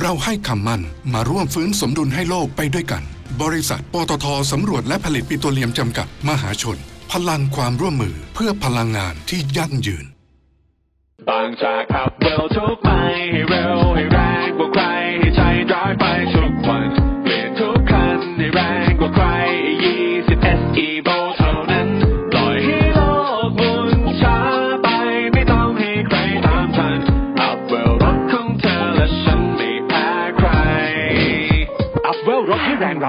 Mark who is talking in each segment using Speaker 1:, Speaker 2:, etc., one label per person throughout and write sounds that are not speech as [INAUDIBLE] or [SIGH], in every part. Speaker 1: เราให้คำมั่นมาร่วมฟื้นสมดุลให้โลกไปด้วยกัน บริษัทปตทสำรวจและผลิตปิโตรเลียมจำกัดมหาชน พลังความร่วมมือเพื่อพลังงานที่ยั่งยืน
Speaker 2: บางจากขับเร็วทุกไปให้เร็วให้แรงกว่าใครให้ใช้ดรายไปทุกวันเปลี่ยนทุกคันให้แรงกว่าใคร20 SE v o เท่านั้นปล่อยให้โลกหมุนช้าไปไม่ต้องให้ใครตามทันอัพเวลรถของเธอและฉันไม่แพ้ใคร อัพเวลรถให้แรงเร้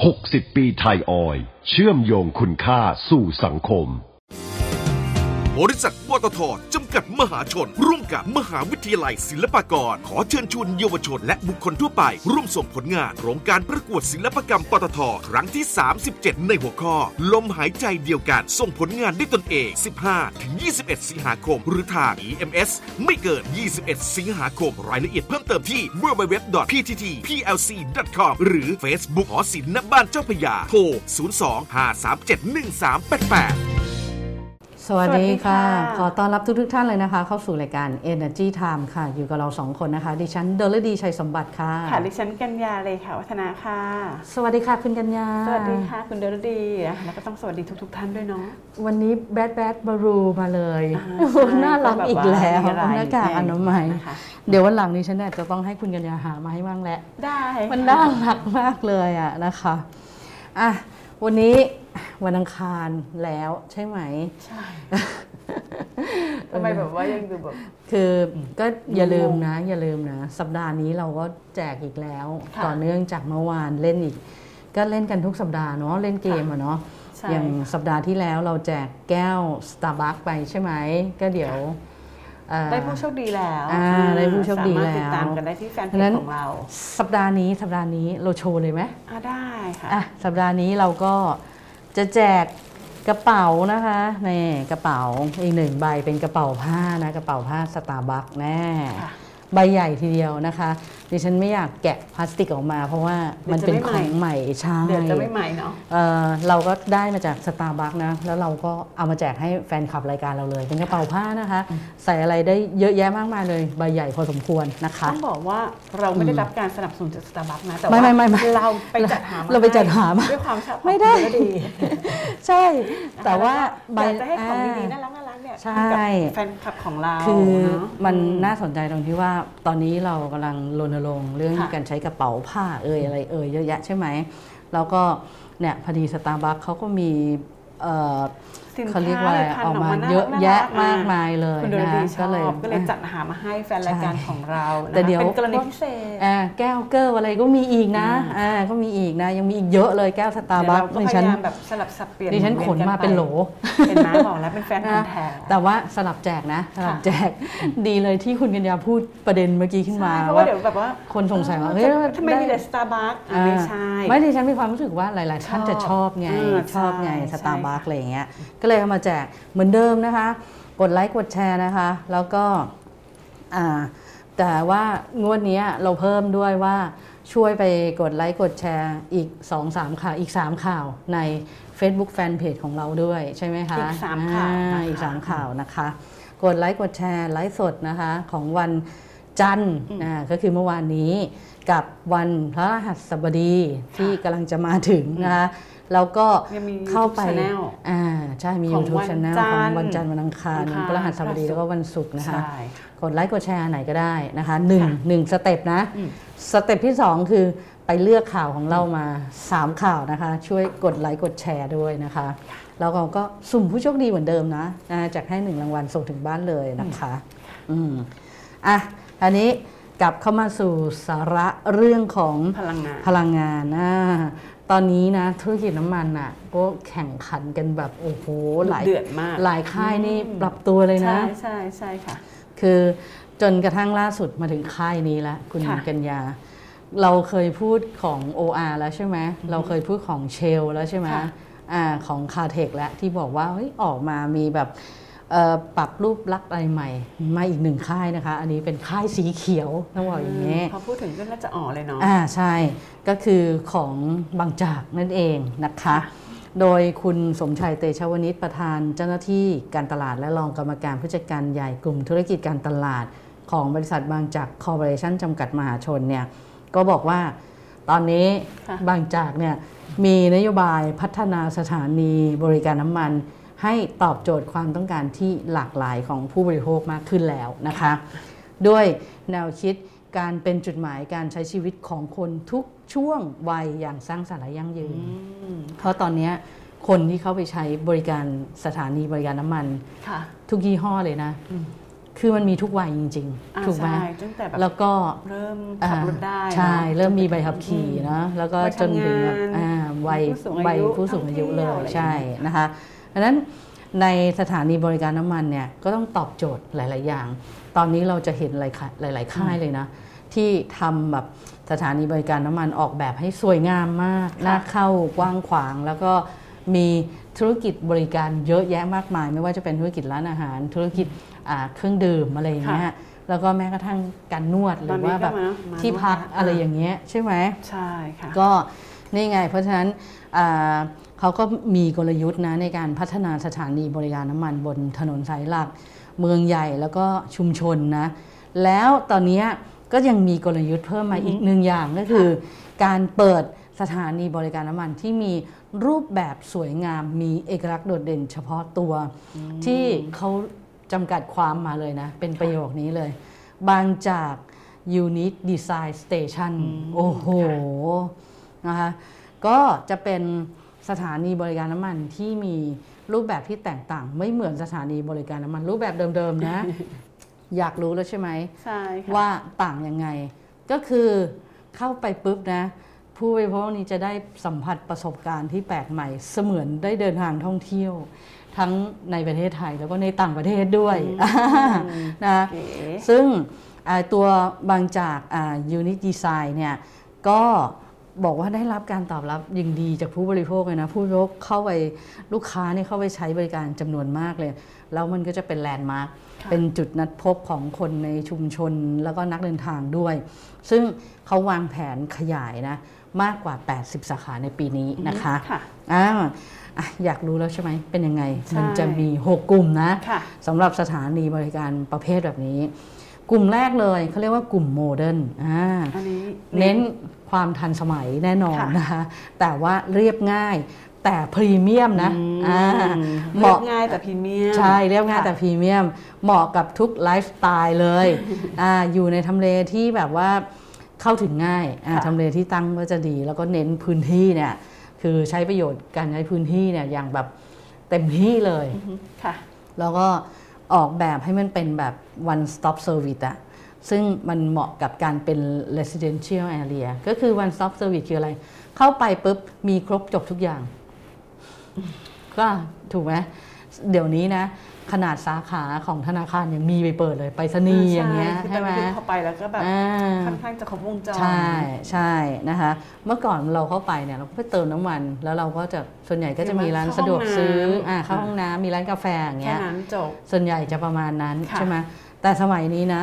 Speaker 3: 60 ปีไทยออยล์เชื่อมโยงคุณค่าสู่สังคม
Speaker 4: บริษัทปตทจำกัดมหาชน ร่วมกับมหาวิทยาลัยศิลปากร ขอเชิญชวนเยาวชนและบุคคลทั่วไป ร่วมส่งผลงานโครงการประกวดศิลปกรรมปตทครั้งที่ 37 ในหัวข้อ ลมหายใจเดียวกัน ส่งผลงานด้วยตนเอง 15-21 สิงหาคม หรือทาง EMS ไม่เกิน 21 สิงหาคม รายละเอียดเพิ่มเติมที่ www.pttplc.com หรือ Facebook หอศิลป์ณบ้านเจ้าพระยาโทร 02-537-1388
Speaker 5: สวัสดีค่ะ
Speaker 6: สวัสดีค่ะ
Speaker 5: ขอต้อนรับทุกทท่านเลยนะคะ เข้าสู่รายการ Energy Time ค่ะ อยู่กับเราสองคนนะคะ ดิฉันเดลดีชัยสมบัติค่ะ
Speaker 6: ค่ะดิฉันกัญญาเลยค่ะ วัฒนาค่ะ
Speaker 5: สวัสดีค่ะ คุณกัญญา
Speaker 6: สวัสดีค่ะ คุณเดลดีนะคะแล้วก็ต้องสวัสดีทุก ๆ ท่านด้วยเนาะ
Speaker 5: วันนี้แบดแบดบรูมาเลย
Speaker 6: อ่า
Speaker 5: โอ้โห
Speaker 6: ใช่
Speaker 5: น่ารักอีกแล้ว
Speaker 6: แบบว่ามีอะไร
Speaker 5: หน้ากากอนามัย
Speaker 6: นะคะ
Speaker 5: เดี๋ยววันหลังนี้ฉันเนี่ยจะต้องให้คุณกัญญาหามาให้บ้างแหละ
Speaker 6: ได้
Speaker 5: มันน่ารักมากเลยอะนะคะอ่ะวันนี้วันอังคารแล้วใช่ไหม
Speaker 6: ใช่ทำไมแบบว่ายังดูแบบ
Speaker 5: คือก็อย่าลืม
Speaker 6: งง
Speaker 5: นะ อย่าลืมนะ สัปดาห์นี้เราก็แจกอีกแล้ว
Speaker 6: ค่ะ
Speaker 5: ต่อเนื่องจากเมื่อวานเล่นอีก ก็เล่นกันทุกสัปดาห์เนาะเล่นเกมอะเนาะ
Speaker 6: ใช่
Speaker 5: อย่างสัปดาห์ที่แล้วเราแจกแก้ว Starbucks ไปใช่ไหม ก็เดี๋ยวเอ่อ
Speaker 6: ได้ผู้โชคดีแล้ว
Speaker 5: อ่าได้ผู้โชคดีแล้ว
Speaker 6: สามารถติดตามกันได้ที่แฟนเพ
Speaker 5: เพราะฉะนั้
Speaker 6: จ
Speaker 5: น
Speaker 6: ของเรา
Speaker 5: สัปดาห์นี้สัปดาห์นี้เราโชว์เลยไหม
Speaker 6: อ่าได้ค่ะ
Speaker 5: อ่ะสัปดาห์นี้เราก็จะแจกกระเป๋านะคะนี่กระเป๋าอีกหนึ่งใบเป็นกระเป๋าผ้านะกระเป๋าผ้าสตาร์บัคแน่
Speaker 6: ค่ะ
Speaker 5: ใบใหญ่ทีเดียวนะคะ ดิฉันไม่อยากแกะพลาสติกออกมา เพราะว่ามันเป็นของใหม่ใช่
Speaker 6: เดี๋ยวจะไม่ใหม่เนาะ
Speaker 5: เอ่อเราก็ได้มาจากสตาร์บัคนะ แล้วเราก็เอามาแจกให้แฟนคลับรายการเราเลย เป็นกระเป๋าผ้านะคะ ใส่อะไรได้เยอะแยะมากมายเลย ใบใหญ่พอสมควรนะคะ
Speaker 6: ต้องบอกว่าเราไม่ได้รับการสนับสนุนจากสตาร์บัคนะแต่
Speaker 5: ไม่
Speaker 6: ว่า
Speaker 5: ไม่ไม่ไม่
Speaker 6: เราไปจัดหามา
Speaker 5: เราไปจัดหามา
Speaker 6: ให้ด้วยความชอบ
Speaker 5: ไม่ได้
Speaker 6: ของคุณเดี
Speaker 5: ใช่
Speaker 6: นะคะ
Speaker 5: แต่ว่า
Speaker 6: แล้วก็อยากจะให้ของดีๆ
Speaker 5: อ่า
Speaker 6: น่ารักน่ารักๆเนี่ย
Speaker 5: ใช่
Speaker 6: กับแฟนคลับของเรา
Speaker 5: คือ
Speaker 6: เนาะ
Speaker 5: มันน่าสนใจตรงที่ว่าตอนนี้เรากำลังรณรงค์เรื่อง
Speaker 6: ค่ะ
Speaker 5: การใช้กระเป๋าผ้าเอ่ยอะไรเอ่ยเยอะแยะใช่ไหม แล้วก็เนี่ยพอดีสตาร์บัคเขาก็มีเอ่อ
Speaker 6: สินค้า
Speaker 5: เขาเรียกว่าอะไร
Speaker 6: ผ
Speaker 5: อ
Speaker 6: ลิตภัณฑ์
Speaker 5: อกมา
Speaker 6: ออกมา
Speaker 5: เยอะ
Speaker 6: น่ารัก
Speaker 5: แยะ
Speaker 6: น่า
Speaker 5: มา
Speaker 6: รั
Speaker 5: ก กมายเลย
Speaker 6: คุณดน
Speaker 5: นะ
Speaker 6: ตรีชอบ ก็เลยจั
Speaker 5: ด
Speaker 6: ดหามาให้แฟนรายการของเรานะคะ
Speaker 5: แต่เดี๋ยว
Speaker 6: เป็นกรณีพิเศษ
Speaker 5: แก้วเกอร์อะไรก็มีอีกนะ
Speaker 6: อืม
Speaker 5: อ่าก็มีอีกนะยังมีอีกเยอะเลยแก้วสตาร์
Speaker 6: เดี๋ยว
Speaker 5: บัค
Speaker 6: เราก็พยายามแบบสลับสับเปลี่ยน
Speaker 5: ดิฉันขนมาเป็นโหล
Speaker 6: เห็นไหมบอกแล้วเป็นแฟนพันธุ์แท้
Speaker 5: แต่ว่าสลับแจกนะสลับแจก [LAUGHS] ดีเลยที่คุณกัญญาพูดประเด็นเมื่อกี้ขึ้นมา
Speaker 6: ใช่เพราะว่าเดี๋ยวแบบว่า
Speaker 5: คนสงสัยว่า
Speaker 6: เออ
Speaker 5: เฮ้ย
Speaker 6: ทำไมมีแต่ Starbucks อ่ะไม่ใช่
Speaker 5: อ่าไม่ดิฉันมีความรู้สึกว่าหลาย ๆ ท่านจะชอบไง
Speaker 6: เออ
Speaker 5: ชอบไง
Speaker 6: ใช่
Speaker 5: สตาร์บัค
Speaker 6: ใช่
Speaker 5: อะไรอย่างเงี้ยก็เลยเอามาแจกเหมือนเดิมนะคะ กดไลค์กดแชร์นะคะ แล้วก็อ่า แต่ว่างวดเนี้ยเราเพิ่มด้วยว่าช่วยไปกดไลค์กดแชร์อีก 2 3 ข่าวอีก 3 ข่าวใน Facebook Fanpage ของเราด้วยใช่ไหมคะ
Speaker 6: อีกสามข่าวนะคะ
Speaker 5: อ่อีก 3 ข่าวนะคะ กดไลค์กดแชร์ไลฟ์สดนะคะของวันจันทร์อ่าก็คือเมื่อวานนี้กับวันพระรหัสบดีที่กำลังจะมาถึงนะคะแล้วก็
Speaker 6: ยังมี YouTube
Speaker 5: เข้าไป
Speaker 6: Channel
Speaker 5: อ่าใช่มี
Speaker 6: ของ
Speaker 5: YouTube
Speaker 6: วัน
Speaker 5: Channel
Speaker 6: จันทร์
Speaker 5: ของวันจันทร์วันอังคาร
Speaker 6: อั
Speaker 5: วั
Speaker 6: งคาร
Speaker 5: นพฤหัสบดี
Speaker 6: พฤหัส
Speaker 5: แล้วก็วันศุกร์นะคะ
Speaker 6: ใช่
Speaker 5: กดไลค์กดแชร์ไหนก็ได้นะคะหนึ่งหนึ่งสเต็ปนะ
Speaker 6: อืม
Speaker 5: สเต็ปที่ 2 คือไปเลือกข่าวของเรามา 3 ข่าวนะคะ ช่วยกดไลค์กดแชร์ด้วยนะคะแล้วเราก็สุ่มผู้โชคดีเหมือนเดิมนะนะจากให้หนึ่งรางวัลส่งถึงบ้านเลยนะคะอืมอ่ะอันนี้กลับเข้ามาสู่สาระเรื่องของ
Speaker 6: พลังงาน
Speaker 5: พลังงานนะตอนนี้นะธุรกิจน้ำมันอ่ะก็แข่งขันกันแบบโอ้โหหลาย
Speaker 6: เดือดมาก
Speaker 5: หลายค่ายนี่ปรับตัวเลยนะ
Speaker 6: ใช่ใช่ใช่ค่ะ
Speaker 5: คือจนกระทั่งล่าสุดมาถึงค่ายนี้ละคุณ
Speaker 6: ค่ะ
Speaker 5: กัญญา เราเคยพูดของ OR แล้วใช่ไหมเราเคยพูดของเชลแล้วใช่ไหมอ่าของคาเทคแล้วที่บอกว่าเฮ้ยออกมามีแบบเอ่อปรับรูปลักษณ์อะไรใหม่มาอีกหนึ่งค่ายนะคะ อันนี้เป็นค่ายสีเขียวต้องบอกอย่างนี้
Speaker 6: พอพูดถึงเรื่องน่าจะอ๋อเลยเนาะ
Speaker 5: อ่าใช่ก็คือของบางจากนั่นเองนะคะ โดยคุณสมชัยเตชวณิชประธานเจ้าหน้าที่การตลาดและรองกรรมการผู้จัดการใหญ่กลุ่มธุรกิจการตลาดของบริษัทบางจากคอร์ปอเรชั่นจำกัดมหาชนเนี่ยก็บอกว่าตอนนี้
Speaker 6: ค่ะ
Speaker 5: บางจากเนี่ยมีนโยบายพัฒนาสถานีบริการน้ำมัน ให้ตอบโจทย์ความต้องการที่หลากหลายของผู้บริโภคมากขึ้นแล้วนะคะ ด้วยแนวคิดการเป็นจุดหมายการใช้ชีวิตของคนทุกช่วงวัยอย่างสร้างสรรค์และยั่งยืน เพราะตอนเนี้ยคนที่เข้าไปใช้บริการสถานีบริการน้ำมัน
Speaker 6: ค่ะ
Speaker 5: ทุกยี่ห้อเลยนะ คือมันมีทุกวัยจริง
Speaker 6: อ่า
Speaker 5: ๆ ถูกไหม
Speaker 6: ใช่ตั้งแต่แบบ
Speaker 5: แล้วก็
Speaker 6: เริ่มขับรถได้
Speaker 5: อ่า
Speaker 6: เนอะ
Speaker 5: ใช่เริ่มมีใบขับขี่นะแล้วก็
Speaker 6: วัย
Speaker 5: จนถึงแบบ
Speaker 6: ทำงาน
Speaker 5: อ่าวัย
Speaker 6: ผู้สูงอายุ
Speaker 5: วัยผู้สูงอายุเล
Speaker 6: ท่องเที่ยวย อะไรอย่างเงี้ย
Speaker 5: ใช่นะคะดังนั้นในสถานีบริการน้ำมันเนี่ยก็ต้องตอบโจทย์หลาย ๆ อย่าง ตอนนี้เราจะเห็นหลายค่ะหลาย ๆ ค่ายเลยนะ ที่ทำแบบสถานีบริการน้ำมันออกแบบให้สวยงามมากน่าเข้ากว้างขวาง แล้วก็มีธุรกิจบริการเยอะแยะมากมาย ไม่ว่าจะเป็นธุรกิจร้านอาหาร ธุรกิจอ่าเครื่องดื่มอะไรอย่างเงี้ยแล้วก็แม้กระทั่งการนวด หรือว่าแบบ
Speaker 6: ตอนนี้ก็มามา
Speaker 5: ที่พัก
Speaker 6: นวดละ
Speaker 5: อะไรอย่างเงี้ยใช่ไหม
Speaker 6: ใช่ค่ะ
Speaker 5: ก็นี่ไงเพราะฉะนั้นอ่าเขาก็มีกลยุทธ์นะในการพัฒนาสถานีบริการน้ำมันบนถนนสายหลัก เมืองใหญ่แล้วก็ชุมชนนะแล้วตอนเนี้ยก็ยังมีกลยุทธ์เพิ่มมาอีกหนึ่งอย่างก็คือ การเปิดสถานีบริการน้ำมันที่มีรูปแบบสวยงามมีเอกลักษณ์โดดเด่นเฉพาะตัว ที่เขาจำกัดความมาเลยนะ เป็นประโยคนี้เลย บางจาก Unique Design Station โอ้โห นะคะก็จะเป็นสถานีบริการน้ำมันที่มีรูปแบบที่แตกต่าง ไม่เหมือนสถานีบริการน้ำมัน รูปแบบเดิม [LAUGHS] ๆนะ อยากรู้แล้วใช่ไหม
Speaker 6: ใช่ค่ะ
Speaker 5: ว่าต่างยังไง ก็คือเข้าไปปุ๊บนะ ผู้บริโภคนี้จะได้สัมผัสประสบการณ์ที่แปลกใหม่ เสมือนได้เดินทางท่องเที่ยว ทั้งในประเทศไทยแล้วก็ในต่างประเทศด้วยนะ
Speaker 6: เก๋
Speaker 5: ซึ่งอ่าตัวบางจากยูนิตดีไซน์เนี่ยก็บอกว่าได้รับการตอบรับอยังดีจากผู้บริโภคเลยนะ ผู้บริโภคเข้าไปลูกค้าเนี่ยเข้าไปใช้บริการจำนวนมากเลย แล้วมันก็จะเป็นแลนด์มาร์ค เป็นจุดนัดพบของคนในชุมชนแล้วก็นักเดินทางด้วย ซึ่งเขาวางแผนขยายนะ มากกว่า 80 สาขาในปีนี้นะคะ
Speaker 6: อืมค่ะ
Speaker 5: อ่าอ่ะอยากรู้แล้วใช่ไหม เป็นยังไง
Speaker 6: ใช่
Speaker 5: มันจะมี 6 กลุ่มนะ
Speaker 6: ค่ะ
Speaker 5: สำหรับสถานีบริการประเภทแบบนี้ กลุ่มแรกเลยเขาเรียกว่ากลุ่มโมเดิร์นอ่า
Speaker 6: อันนี้เน้
Speaker 5: เน้น
Speaker 6: น
Speaker 5: ความทันสมัยแน่นอน
Speaker 6: ค่ะ
Speaker 5: นะคะ แต่ว่าเรียบง่ายแต่พรีเมียมนะอ่าเห
Speaker 6: เรีย
Speaker 5: มาะ
Speaker 6: บง่ายแต่พรีเมียม
Speaker 5: ใช่เรียบง่าย
Speaker 6: ค่ะ
Speaker 5: แต่พรีเมียม เหมาะกับทุกไลฟ์สไตล์
Speaker 6: [LAUGHS]
Speaker 5: เลยอาอยู่ในทำเลที่แบบว่าเข้าถึงง่ายอ่าทำเลที่ตั้งก็จะดี แล้วก็เน้นพื้นที่เนี่ยคือใช้ประโยชน์การใช้พื้นที่เนี่ยอย่างแบบเต็มที่เลย
Speaker 6: ค่ะ
Speaker 5: แล้วก็ออกแบบให้มันเป็นแบบ one stop service อะซึ่งมันเหมาะกับการเป็น residential area ก็คือ one stop service คืออะไร เข้าไปปุ๊บ มีครบจบทุกอย่าง ก็ถูกไหมเดี๋ยวนี้นะ ขนาดสาขาของธนาคารยังมีไปเปิดเลยไปสนีย์อย่างเงี้ย
Speaker 6: คือ
Speaker 5: ใช่ไหม
Speaker 6: ตอนนี้เข้าไปแล้วก็แบบ
Speaker 5: อ่า
Speaker 6: ค่อนข้างจะครบวงจร
Speaker 5: ใช่ใช่นะคะ เมื่อก่อนเราเข้าไปเนี่ยเราก็ไปเติมน้ำมัน แล้วเราก็จะส่วนใหญ่ก็จะมีร้านสะดวกซื้ออ่าเข้าห้องน้ำมีร้านกาแฟอย่าง
Speaker 6: แค่
Speaker 5: เงี้ย
Speaker 6: นั้นจบ
Speaker 5: ส่วนใหญ่จะประมาณนั้น
Speaker 6: ค่ะ
Speaker 5: ใช่ไหมแต่สมัยนี้นะ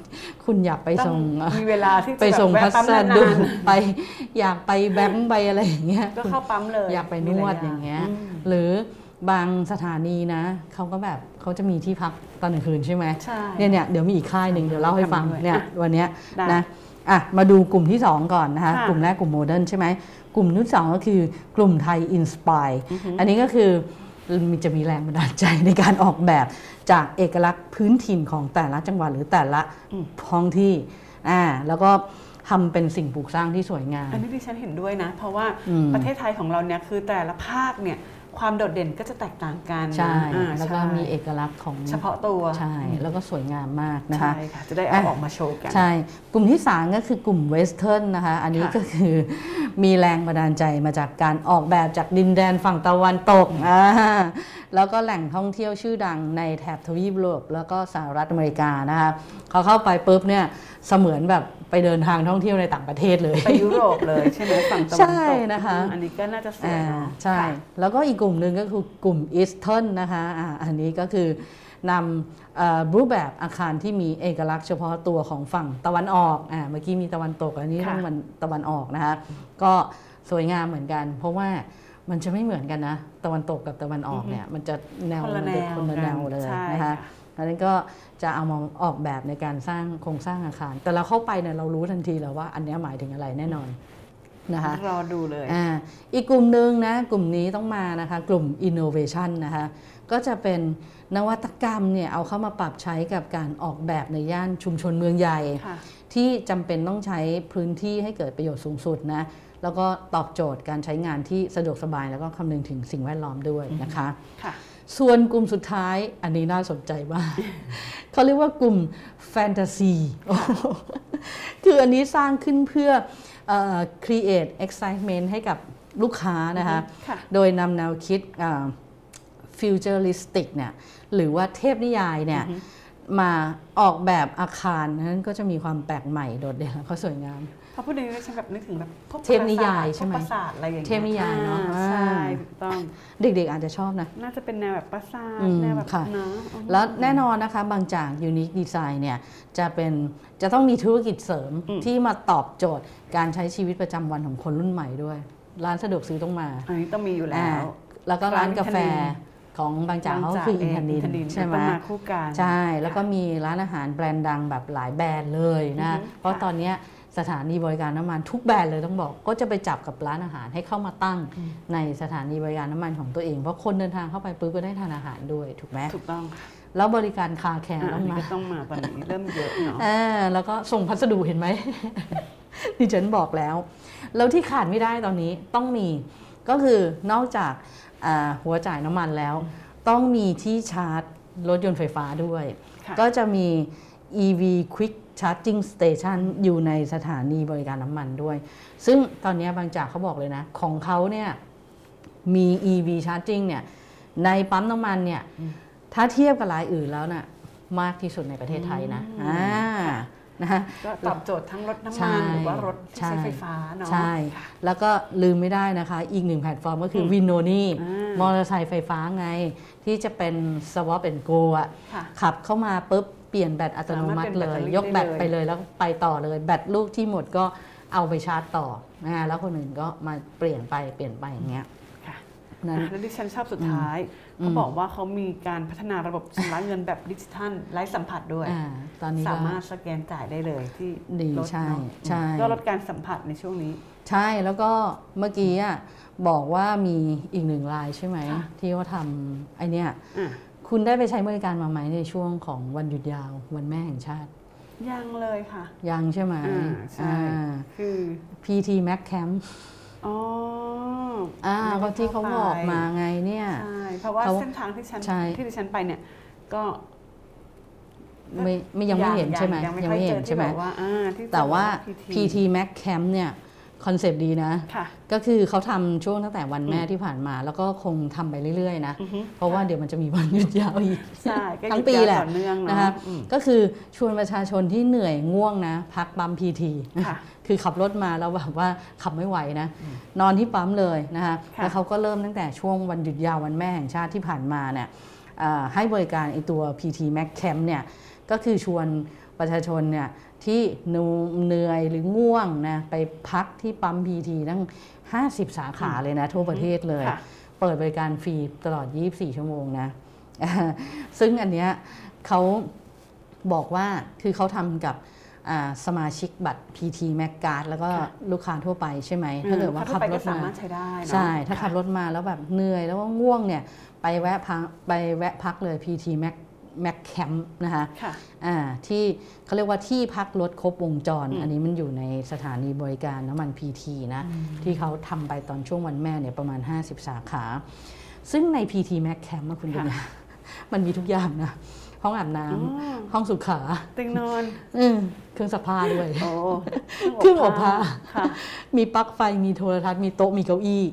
Speaker 5: [LAUGHS] คุณอยากไป
Speaker 6: ต้
Speaker 5: ส่
Speaker 6: ง
Speaker 5: งเอ่อ
Speaker 6: มีเวลาที่จะ
Speaker 5: ไปส่ง
Speaker 6: แบบ
Speaker 5: พั
Speaker 6: แวะปั๊ม
Speaker 5: ส
Speaker 6: นา
Speaker 5: ดุ
Speaker 6: น
Speaker 5: ไปอยากไปแบงค์ไปอะไรอย่างเงี้ย
Speaker 6: ๆก็เข้าปั๊มเลย
Speaker 5: อยากไปน
Speaker 6: มีหล
Speaker 5: วดอย่างเงี้ย
Speaker 6: ม
Speaker 5: หรือบางสถานีนะเขาก็แบบเขาจะมีที่พักตอนกลางคืนใช่ไหม
Speaker 6: ใช่
Speaker 5: เนี่ยเนี่ยเดี๋ยวมีอีกค่ายหนึ่งเดี๋ยวเล่าให้ฟัง
Speaker 6: ทำด้วย
Speaker 5: เนี่ย
Speaker 6: อ่ะ
Speaker 5: วันเนี้ย
Speaker 6: ได้
Speaker 5: นะอ่ะมาดูกลุ่มที่ 2 ก่อนนะคะ
Speaker 6: ค่ะ
Speaker 5: กลุ่มแรกกลุ่มโมเดิร์นใช่ไหมกลุ่มที่สองก็คือกลุ่มไทยอินสปายอันนี้ก็คือมีจะมีแรงบันดาลใจในการออกแบบจากเอกลักษณ์พื้นถิ่นของแต่ละจังหวัดหรือแต่ละ
Speaker 6: อืม
Speaker 5: ท้องที่อ่าแล้วก็ทำเป็นสิ่งปลูกสร้างที่สวยงาม
Speaker 6: อันนี้ดิฉันเห็นด้วยนะ เพราะว่า
Speaker 5: อืม
Speaker 6: ประเทศไทยของเราเนี่ยคือแต่ละภาคเนี่ยความโดดเด่นก็จะแตกต่างกัน
Speaker 5: ใช่
Speaker 6: อ่า
Speaker 5: แล้วก็
Speaker 6: ใช่
Speaker 5: มีเอกลักษณ์ของ
Speaker 6: เฉพาะตัว
Speaker 5: ใช่ แล้วก็สวยงามมากนะคะ
Speaker 6: ใช่ค่ะจะได้เอา
Speaker 5: อ่ะ
Speaker 6: ออกมาโชว์กัน
Speaker 5: ใช่ กลุ่มที่ 3 ก็คือกลุ่มเวสเทิร์นนะคะ อันนี้
Speaker 6: ค่ะ
Speaker 5: ก็คือมีแรงบันดาลใจมาจากการออกแบบจากดินแดนฝั่งตะวันตกอ่าแล้วก็แหล่งท่องเที่ยวชื่อดังในแถบทวีปยุโรปแล้วก็สหรัฐอเมริกานะคะเขาเข้าไปปุ๊บเนี่ยเสมือนแบบไปเดินทางท่องเที่ยวในต่างประเทศเลย
Speaker 6: ไปยุโรปเลยใช่ไหมฝั่งตะวันตก
Speaker 5: ใช่นะคะ
Speaker 6: อันนี้ก็น่าจะสวย
Speaker 5: อ่า
Speaker 6: เนาะ
Speaker 5: ใช่
Speaker 6: ค่ะ
Speaker 5: แล้วก็อีกกลุ่มหนึ่งก็คือกลุ่ม Eastern นะคะอ่าอันนี้ก็คือนำเอ่อรูปแบบอาคารที่มีเอกลักษณ์เฉพาะตัวของฝั่งตะวันออกอ่าเมื่อกี้มีตะวันตก อันนี้
Speaker 6: ค่ะ
Speaker 5: ต้องมันตะวันออกนะคะก็สวยงามเหมือนกัน เพราะว่ามันจะไม่เหมือนกันนะ ตะวันตกกับตะวันออกเนี่ยมันจะแนว
Speaker 6: คนละ
Speaker 5: มั
Speaker 6: แน
Speaker 5: จะ
Speaker 6: ว
Speaker 5: คนละแนวเลย
Speaker 6: ใช่
Speaker 5: นะคะอันนั้นก็จะเอามาออกแบบในการสร้างโครงสร้างอาคาร แต่เราเข้าไปเนี่ยเรารู้ทันทีแล้วว่าอันเนี้ยหมายถึงอะไรแน่นอนนะคะ
Speaker 6: รอดูเลย
Speaker 5: อ่าอีกกลุ่มหนึ่งนะกลุ่มนี้ต้องมานะคะกลุ่ม innovation นะคะก็จะเป็นนวัตกรรมเนี่ยเอาเข้ามาปรับใช้กับการออกแบบในย่านชุมชนเมืองใหญ่
Speaker 6: ค่ะ
Speaker 5: ที่จำเป็นต้องใช้พื้นที่ให้เกิดประโยชน์สูงสุดนะแล้วก็ตอบโจทย์การใช้งานที่สะดวกสบายแล้วก็คำนึงถึงสิ่งแวดล้อมด้วยนะคะ
Speaker 6: ค่ะ
Speaker 5: ส่วนกลุ่มสุดท้ายอันนี้น่าสนใจมาก [LAUGHS] เขาเรียกว่ากลุ่มแฟนตาซีโอ้โห [LAUGHS] คืออันนี้สร้างขึ้นเพื่อเอ่อ create excitement ให้กับลูกค้านะคะ
Speaker 6: อือฮึค่ะ
Speaker 5: โดยนำแนวคิดฟิวเจอริสติกเนี่ยหรือว่าเทพนิยายเนี่ยมาออกแบบอาคารนั้นก็จะมีความแปลกใหม่โดดเด่นแล้วก็สวยงาม
Speaker 6: พอพูดถึงเรื่องฉันแบบนึกถึงแบบพวก
Speaker 5: เทพนิยาย
Speaker 6: ปรสท
Speaker 5: ใช่ไหม
Speaker 6: พวกปราสาทอะไรอย่างเงี้ย
Speaker 5: เทพนิยายเนอะ
Speaker 6: อ่
Speaker 5: อ่า
Speaker 6: ใช่ถูกต้อง
Speaker 5: เด็กๆอาจจะชอบนะ
Speaker 6: น่าจะเป็นแนวแบบปราสาท
Speaker 5: อืม
Speaker 6: แนวแบบ
Speaker 5: ค่ะ
Speaker 6: เนาะ
Speaker 5: แล้วแน่นอนนะคะบางจากยูนิคดีไซน์เนี่ยจะเป็นจะต้องมีธุรกิจเสริม
Speaker 6: อืม
Speaker 5: ที่มาตอบโจทย์การใช้ชีวิตประจำวันของคนรุ่นใหม่ด้วย ร้านสะดวกซื้อต้องมา
Speaker 6: อันนี้ต้องมีอยู่แล้
Speaker 5: อ่าว แล้วก็ร้านกาแฟ
Speaker 6: ร้านอิน
Speaker 5: ของ
Speaker 6: ทนิล
Speaker 5: บางจากเขา
Speaker 6: บ
Speaker 5: คือ
Speaker 6: เ
Speaker 5: อินทนิน
Speaker 6: ท
Speaker 5: ใช่ไหม
Speaker 6: ต้องมาคู่กัน
Speaker 5: ใช่แล้วก็มีร้านอาหารแบรนด์ดังแบบหลายแบรนด์เลย
Speaker 6: อือ
Speaker 5: นะ
Speaker 6: ฮึ
Speaker 5: เพราะ
Speaker 6: ค่ะ
Speaker 5: ตอนเนี้ยสถานีบริการน้ำมันทุกแบรนด์เลยต้องบอกก็จะไปจับกับร้านอาหารให้เข้ามาตั้งในสถานีบริการน้ำมันของตัวเองเพราะคนเดินทางเข้าไปปุ๊บก็ได้ทานอาหารด้วยถูกไหม
Speaker 6: ถูกต้องค่ะ
Speaker 5: แล้วบริการคาแคร์ต้
Speaker 6: อ่ะอั
Speaker 5: อน ง
Speaker 6: นี้
Speaker 5: มา
Speaker 6: ก็ต้องมาตอนนี้เริ่มเยอะเนาะ
Speaker 5: เออแล้วก็ส่งพัสดุเห็นไหม [LAUGHS] ดิฉันบอกแล้ว แล้วที่ขาดไม่ได้ตอนนี้ต้องมีก็คือนอกจากอ่าหัวจ่ายน้ำมันแล้ว ต้องมีที่ชาร์จรถยนต์ไฟฟ้าด้วย
Speaker 6: ค่ะ
Speaker 5: ก็จะมี EV Quick Charging Station อยู่ในสถานีบริการน้ำมันด้วย ซึ่งตอนนี้บางจากเขาบอกเลยนะ ของเขาเนี่ยมี EV Charging เนี่ยในปั๊มน้ำมันเนี่ย ถ้าเทียบกับรายอื่นแล้วน่ะมากที่สุดในประเทศไทยนะอ่านะฮะ
Speaker 6: ก็ตอบโจทย์ทั้งรถน้ำ
Speaker 5: ใช่
Speaker 6: มันหรือว่ารถที่ใช้ไฟฟ้าเนาะ
Speaker 5: ใช่ แล้วก็ลืมไม่ได้นะคะ อีกหนึ่งแพลตฟอร์มก็คือวินโนนี่
Speaker 6: อ่าม
Speaker 5: อเตอร์ไซค์ไฟฟ้าไง ที่จะเป็น swap and go อ่ะ
Speaker 6: ค่ะ
Speaker 5: ขับเข้ามาปุ๊บ เปลี่ยนแบตอัตโนมัติเลย
Speaker 6: สามารถเป็นแบตเตอรี่
Speaker 5: ยกแบต
Speaker 6: ได้
Speaker 5: ไป
Speaker 6: เลย
Speaker 5: เลยแล้วไปต่อเลย แบตลูกที่หมดก็เอาไปชาร์จต่อนะแล้วคนอื่นก็มาเปลี่ยนไปเปลี่ยนไปอย่างเงี้ย
Speaker 6: ค่ะ
Speaker 5: นั้น
Speaker 6: อ่ะแล้วดิฉันชอบสุดท้ายเขาบอกว่าเขามีการพัฒนาระบบชำระเงินแบบดิจิทัลไร้สัมผัสด้วย
Speaker 5: อ่าตอนนี้ก็
Speaker 6: สามารถสแกนจ่ายได้เลยที่
Speaker 5: ดี
Speaker 6: รถ
Speaker 5: ใช่
Speaker 6: เนาะ
Speaker 5: ใช่
Speaker 6: ก็ลดการสัมผัสในช่วงนี้
Speaker 5: ใช่แล้วก็เมื่อกี้อ่ะบอกว่ามีอีกหนึ่งรายใช่ไหม
Speaker 6: ค่ะ
Speaker 5: ที่ว่าทำไอเนี้ย
Speaker 6: อ่ะ
Speaker 5: คุณได้ไปใช้บริการมาไหมในช่วงของวันหยุดยาววันแม่แห่งชาติ
Speaker 6: ยังเลยค่ะ
Speaker 5: ยังใช่ไหม
Speaker 6: อ่าใช่
Speaker 5: อ่า
Speaker 6: คือ
Speaker 5: PT Mac Camp
Speaker 6: อ๋อ
Speaker 5: อ่า
Speaker 6: ไม่ได้
Speaker 5: ก็ที่เขาบอกมาไงเนี่ย
Speaker 6: ใช่เพราะว่า
Speaker 5: เขา
Speaker 6: เส้นทางที่ฉัน
Speaker 5: ใช่
Speaker 6: ที่ดิฉันไปเนี่ย ก็
Speaker 5: ไม่ไม่ยังไม่เห็น
Speaker 6: ยั
Speaker 5: ใช่ไหม
Speaker 6: ยังไม่
Speaker 5: ยัง
Speaker 6: ค่อย
Speaker 5: ไม่
Speaker 6: เจ
Speaker 5: เห็
Speaker 6: อน ที่
Speaker 5: ใช่ไหม
Speaker 6: บอกว่าอ่าที่
Speaker 5: แต่ว่า
Speaker 6: บอก
Speaker 5: PT Mac Camp เนี่ยคอนเซปต์ดีนะ
Speaker 6: ค่ะ
Speaker 5: ก็คือเขาทำช่วงตั้งแต่วันแม่ที่ผ่านมา แล้วก็คงทำไปเรื่อยๆนะ
Speaker 6: อือฮึ
Speaker 5: เพราะว่าเดี๋ยวมันจะมีวันหยุดยาวอีก
Speaker 6: ใช่ก็
Speaker 5: ทั้ง
Speaker 6: หยุด
Speaker 5: ปี
Speaker 6: ยาว
Speaker 5: แหละ
Speaker 6: ต่อเนื่องเนาะ
Speaker 5: นะคะ
Speaker 6: อืม
Speaker 5: ก็คือชวนประชาชนที่เหนื่อยง่วงนะ พักปั๊มพีที
Speaker 6: ค่ะ
Speaker 5: คือขับรถมาแล้วแบบว่าขับไม่ไหวนะ นอนที่ปั๊มเลยนะคะ
Speaker 6: ค่ะ
Speaker 5: แล้วเขาก็เริ่มตั้งแต่ช่วงวันหยุดยาววันแม่แห่งชาติที่ผ่านมาเนี่ยเอ่อให้บริการไอตัว PT Max Camp เนี่ยก็คือชวน ประชาชนเนี่ยที่เหนูเหนื่อยหรือง่วงนะไปพักที่ปั๊มพีทีตั้ง 50 สาขาเลยนะทั่วประเทศเลย
Speaker 6: ค่ะ
Speaker 5: เปิดบริการฟรีตลอด 24 ชั่วโมงนะ [LAUGHS] ซึ่งอันเนี้ยเขาบอกว่าคือเขาทำกับอ่าสมาชิกบัตร PT m a c g a r d แล้วก็
Speaker 6: ค่ะ
Speaker 5: ลูกค้าทั่วไปใช่ไหมถ้าเกิดว่า
Speaker 6: ถ้
Speaker 5: ขับ
Speaker 6: ไป
Speaker 5: ร
Speaker 6: ก็
Speaker 5: ถ
Speaker 6: สา
Speaker 5: มา
Speaker 6: มารถใช้ได้เนอะ
Speaker 5: ใช่ ถ้าขับรถมาแล้วแบบเหนื่อยแล้วก็ง่วงเนี่ย ไปแวะพักไปแวะพักเลย PT Mac Mac Camp นะคะ
Speaker 6: ค่ะ
Speaker 5: อ่าที่เขาเรียกว่าที่พักรถครบวงจร
Speaker 6: อืม
Speaker 5: อันนี้มันอยู่ในสถานีบริการน้ำมัน PT นะ ที่เขาทำไปตอนช่วงวันแม่เนี่ยประมาณ 50 สาขา ซึ่งใน PT Max Camp อะคุณดู
Speaker 6: ค่ะ
Speaker 5: นะ [LAUGHS] มันมีทุกอย่างนะ ห้องอาบน้
Speaker 6: อ๋อ
Speaker 5: ำห้องสุขา
Speaker 6: เตียงนอน
Speaker 5: เออเครื่องซักผ้าด้วย
Speaker 6: โอ้
Speaker 5: เครื่องอบผ้า
Speaker 6: ค่ะ
Speaker 5: [LAUGHS] มีปลั๊กไฟ มีโทรทัศน์ มีโต๊ะ มีเก้าอี้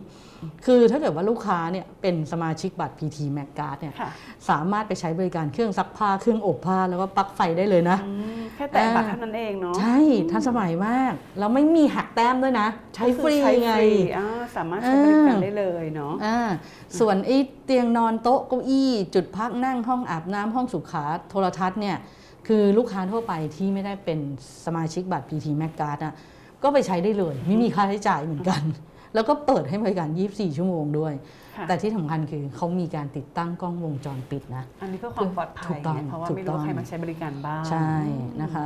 Speaker 5: คือถ้าเกิดว่าลูกค้าเนี่ยเป็นสมาชิกบัตร PT Max Card เนี่ย
Speaker 6: ค่ะ
Speaker 5: สามารถไปใช้บริการเครื่องซักผ้า เครื่องอบผ้า แล้วก็ปลั๊กไฟได้เลยนะ
Speaker 6: อืมแค่แตะบัตรเท่านั้นเองเนาะ
Speaker 5: ใช่ทันสมัยมาก แล้วไม่มีหักแต้มด้วยนะ ใช้ฟรี
Speaker 6: ก็คือใช้
Speaker 5: ไง
Speaker 6: ฟรีอ่าสามารถใช้บริการได้เลยเนาะ
Speaker 5: อ่าส่วนไอ้เตียงนอนโต๊ะเก้าอี้ จุดพักนั่งห้องอาบน้ำห้องสุขาโทรทัศน์เนี่ยคือลูกค้าทั่วไปที่ไม่ได้เป็นสมาชิกบัตร PT m a c g a r d อ่ะก็ไปใช้ได้เลย ไม่มีค่าใช้จ่ายเหมือนกัน [LAUGHS] แล้วก็เปิดให้บริการ 24 ชั่วโมงด้วย
Speaker 6: ค่ะ
Speaker 5: แต่ที่สำคัญคือเขามีการติดตั้งกล้องวงจรปิดนะ
Speaker 6: อันนี้เพื่อความปลอดภั
Speaker 5: ถู
Speaker 6: ย
Speaker 5: กต้อง
Speaker 6: เนี่ยเพราะว่า
Speaker 5: ถูก
Speaker 6: ไม่รู้ว่า
Speaker 5: ต้อง
Speaker 6: ใครมาใช้บริการบ้าง
Speaker 5: ใช่นะคะ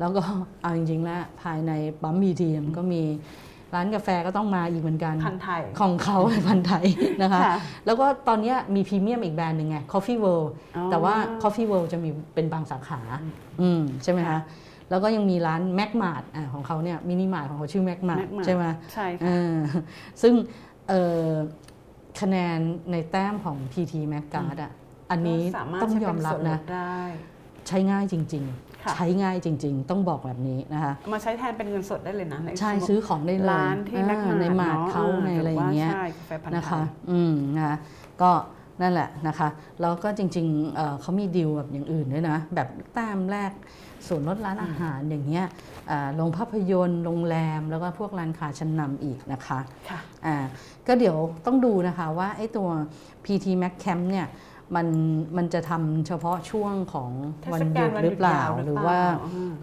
Speaker 5: แล้วก็ เอาจริงๆแล้วภายในปั๊มบีทีมก็มีร้านกาแฟก็ต้องมาอีกเหมือนกัน
Speaker 6: พันธุ์ไทย
Speaker 5: ของเขา พันธุ์ไทยนะคะ
Speaker 6: ค่ะ
Speaker 5: แล้วก็ตอนเนี้ยมีพรีเมียมอีกแบรนด์หนึ่งไง Coffee World
Speaker 6: อ๋อ
Speaker 5: แต่ว่า Coffee World จะมีเป็นบางสาขา อืมใช่ไหมคะ
Speaker 6: ค่ะ
Speaker 5: แล้วก็ยังมีร้านแมกมาดอ่ะของเขาเนี่ยมินิมาร์ทของเขาชื่อแมกมาด
Speaker 6: Macmart
Speaker 5: ใช่ไหม
Speaker 6: ใช่
Speaker 5: เอ
Speaker 6: ค่ะ
Speaker 5: อ [LAUGHS] ซึ่งเอ่อคะแนนในแต้มของ PT m a c g a r d อ่ะอันนี้
Speaker 6: ก็สามารถ
Speaker 5: ต้อง
Speaker 6: ใช้
Speaker 5: ยอมรับ
Speaker 6: เป็ส่วล
Speaker 5: นะ
Speaker 6: ดได้
Speaker 5: ใช้ง่ายจริง
Speaker 6: ค่ะ
Speaker 5: ๆ ใช้ง่ายจริง ๆ ต้องบอกแบบนี้นะคะ
Speaker 6: มาใช้แทนเป็นเงินสดได้เลยนะน
Speaker 5: ใช่
Speaker 6: สมุด
Speaker 5: ซื้อของได้เลย
Speaker 6: ร้านที่แม็ก
Speaker 5: อ่าในมาร์ทเขาในอะไรอย่างเงี้ย
Speaker 6: ใช่กาแฟพันธุ์
Speaker 5: นะ
Speaker 6: ไท
Speaker 5: คะ
Speaker 6: ย
Speaker 5: อืมนะคะก็นั่นแหละนะคะ แล้วก็จริงๆเอ่อเขามีดีลแบบอย่างอื่นด้วยนะ แบบแต้มแรกส่วนลดร้านอาหารอย่างเงี้ยอ่าโรงภาพยนตร์ โรงแรม แล้วก็พวกร้านค้าชั้นนำอีกนะคะ
Speaker 6: ค่ะ
Speaker 5: อ่าก็เดี๋ยวต้องดูนะคะว่าไอ้ตัว PT Mac Camp เนี่ยมันมันจะทำเฉพาะช่วงของวันหยุดหรือเปล่า หรือว่า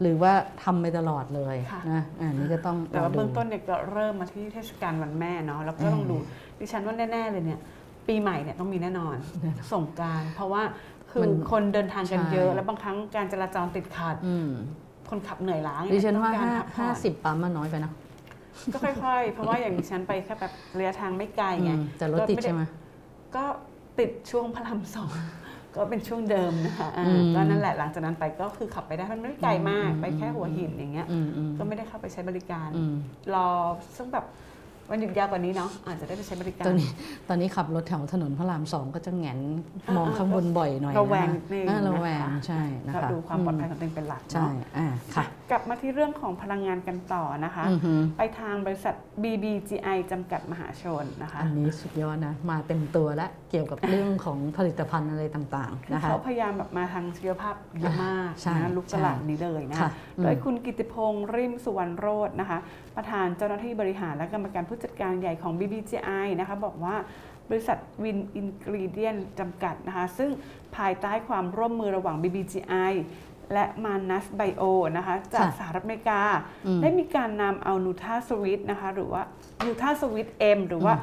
Speaker 5: หรือว่าทำไปตลอดเลย
Speaker 6: ค่ะ
Speaker 5: นะอันนี้ก็ต้อง
Speaker 6: แต่ว่า
Speaker 5: ดู
Speaker 6: เบื้องต้นเนี่ยก็เริ่มมาที่เทศกาลวันแม่เนาะแล้วก็ต้องดูดิฉันว่าแน่ ๆ เลยเนี่ย ปีใหม่เนี่ยต้องมีแน่นอนสงกรารเพราะว่าคื
Speaker 5: มั
Speaker 6: อน คนเดินทางกัน
Speaker 5: ใช่
Speaker 6: เยอะแล้วบางครั้งการจราจรติดขัด
Speaker 5: อืม
Speaker 6: คนขับเหนื่อยล้า
Speaker 5: ดิฉันว่า
Speaker 6: ต้องกรพักผ่
Speaker 5: ห้า
Speaker 6: อน
Speaker 5: สิบปั๊มมันน้อยไปนะ
Speaker 6: ก็ค่อยๆ เพราะว่าอย่างดิฉันไปแค่แบบระยะทางไม่ไกลไง
Speaker 5: อืมแต่รถติด
Speaker 6: ก็
Speaker 5: ใช่ไหม
Speaker 6: ก็ติดช่วงพระรามสอง [LAUGHS] ก็เป็นช่วงเดิมนะคะอ่า
Speaker 5: อืม
Speaker 6: ก็นั่นแหละหลังจากนั้นไปก็คือขับไปได้มันไม่ได้ไกลมาก
Speaker 5: อืม
Speaker 6: ไปแค่หัวหินอย่างเงี้ย
Speaker 5: อืมอืม
Speaker 6: ก็ไม่ได้เข้าไปใช้บริการ
Speaker 5: อืม
Speaker 6: รอซึ่งแบบวันหยุดยาวกว่านี้เนาะอาจจะได้ไปใช้บริการ
Speaker 5: ตอนนี้ตอนนี้ขับรถแถวถนนพระรามสองก็จะแหงนมอง
Speaker 6: อ่า
Speaker 5: ข้างบนบ่อยหน่อย
Speaker 6: ระแวง
Speaker 5: นค
Speaker 6: นิดนึง
Speaker 5: อ่าระแวง
Speaker 6: นะคะ
Speaker 5: ใช่นะ
Speaker 6: ก็
Speaker 5: คะ
Speaker 6: ดูความปลอดภัย
Speaker 5: ม
Speaker 6: ของตัวเองเป็นหลัก
Speaker 5: ใช่
Speaker 6: เนาะ
Speaker 5: อ่าค่ะ
Speaker 6: กลับมาที่เรื่องของพลังงานกันต่อนะคะ
Speaker 5: อือหือ
Speaker 6: ไปทางบริษัท BBGI จำกัดมหาชนนะคะ
Speaker 5: อันนี้สุดยอดนะ มาเต็มตัวและเกี่ยวกับเรื่องของผลิตภัณฑ์อะไรต่าง
Speaker 6: คื
Speaker 5: ๆ
Speaker 6: อ
Speaker 5: นะคะ
Speaker 6: เขาพยายามแบบมาทางชีวภาพเยอะมาก
Speaker 5: ใช่
Speaker 6: นะลุกตลาดนี้เลยนะ
Speaker 5: ค่ะอืม
Speaker 6: โดยคุณกิติพงศ์ริมสุวรรณโรจน์นะคะ ประธานเจ้าหน้าที่บริหารและกรรมการผู้จัดการใหญ่ของ BBGI นะคะ บอกว่าบริษัทวินอินกรีเดียนจำกัดนะคะ ซึ่งภายใต้ความร่วมมือระหว่าง BBGI และมานัสไบโอนะคะจากสหรัฐอเมริกา ได้มีการนำเอานูทาสวิตนะคะหรือว่านูทาสวิตเอ็มหรือว่า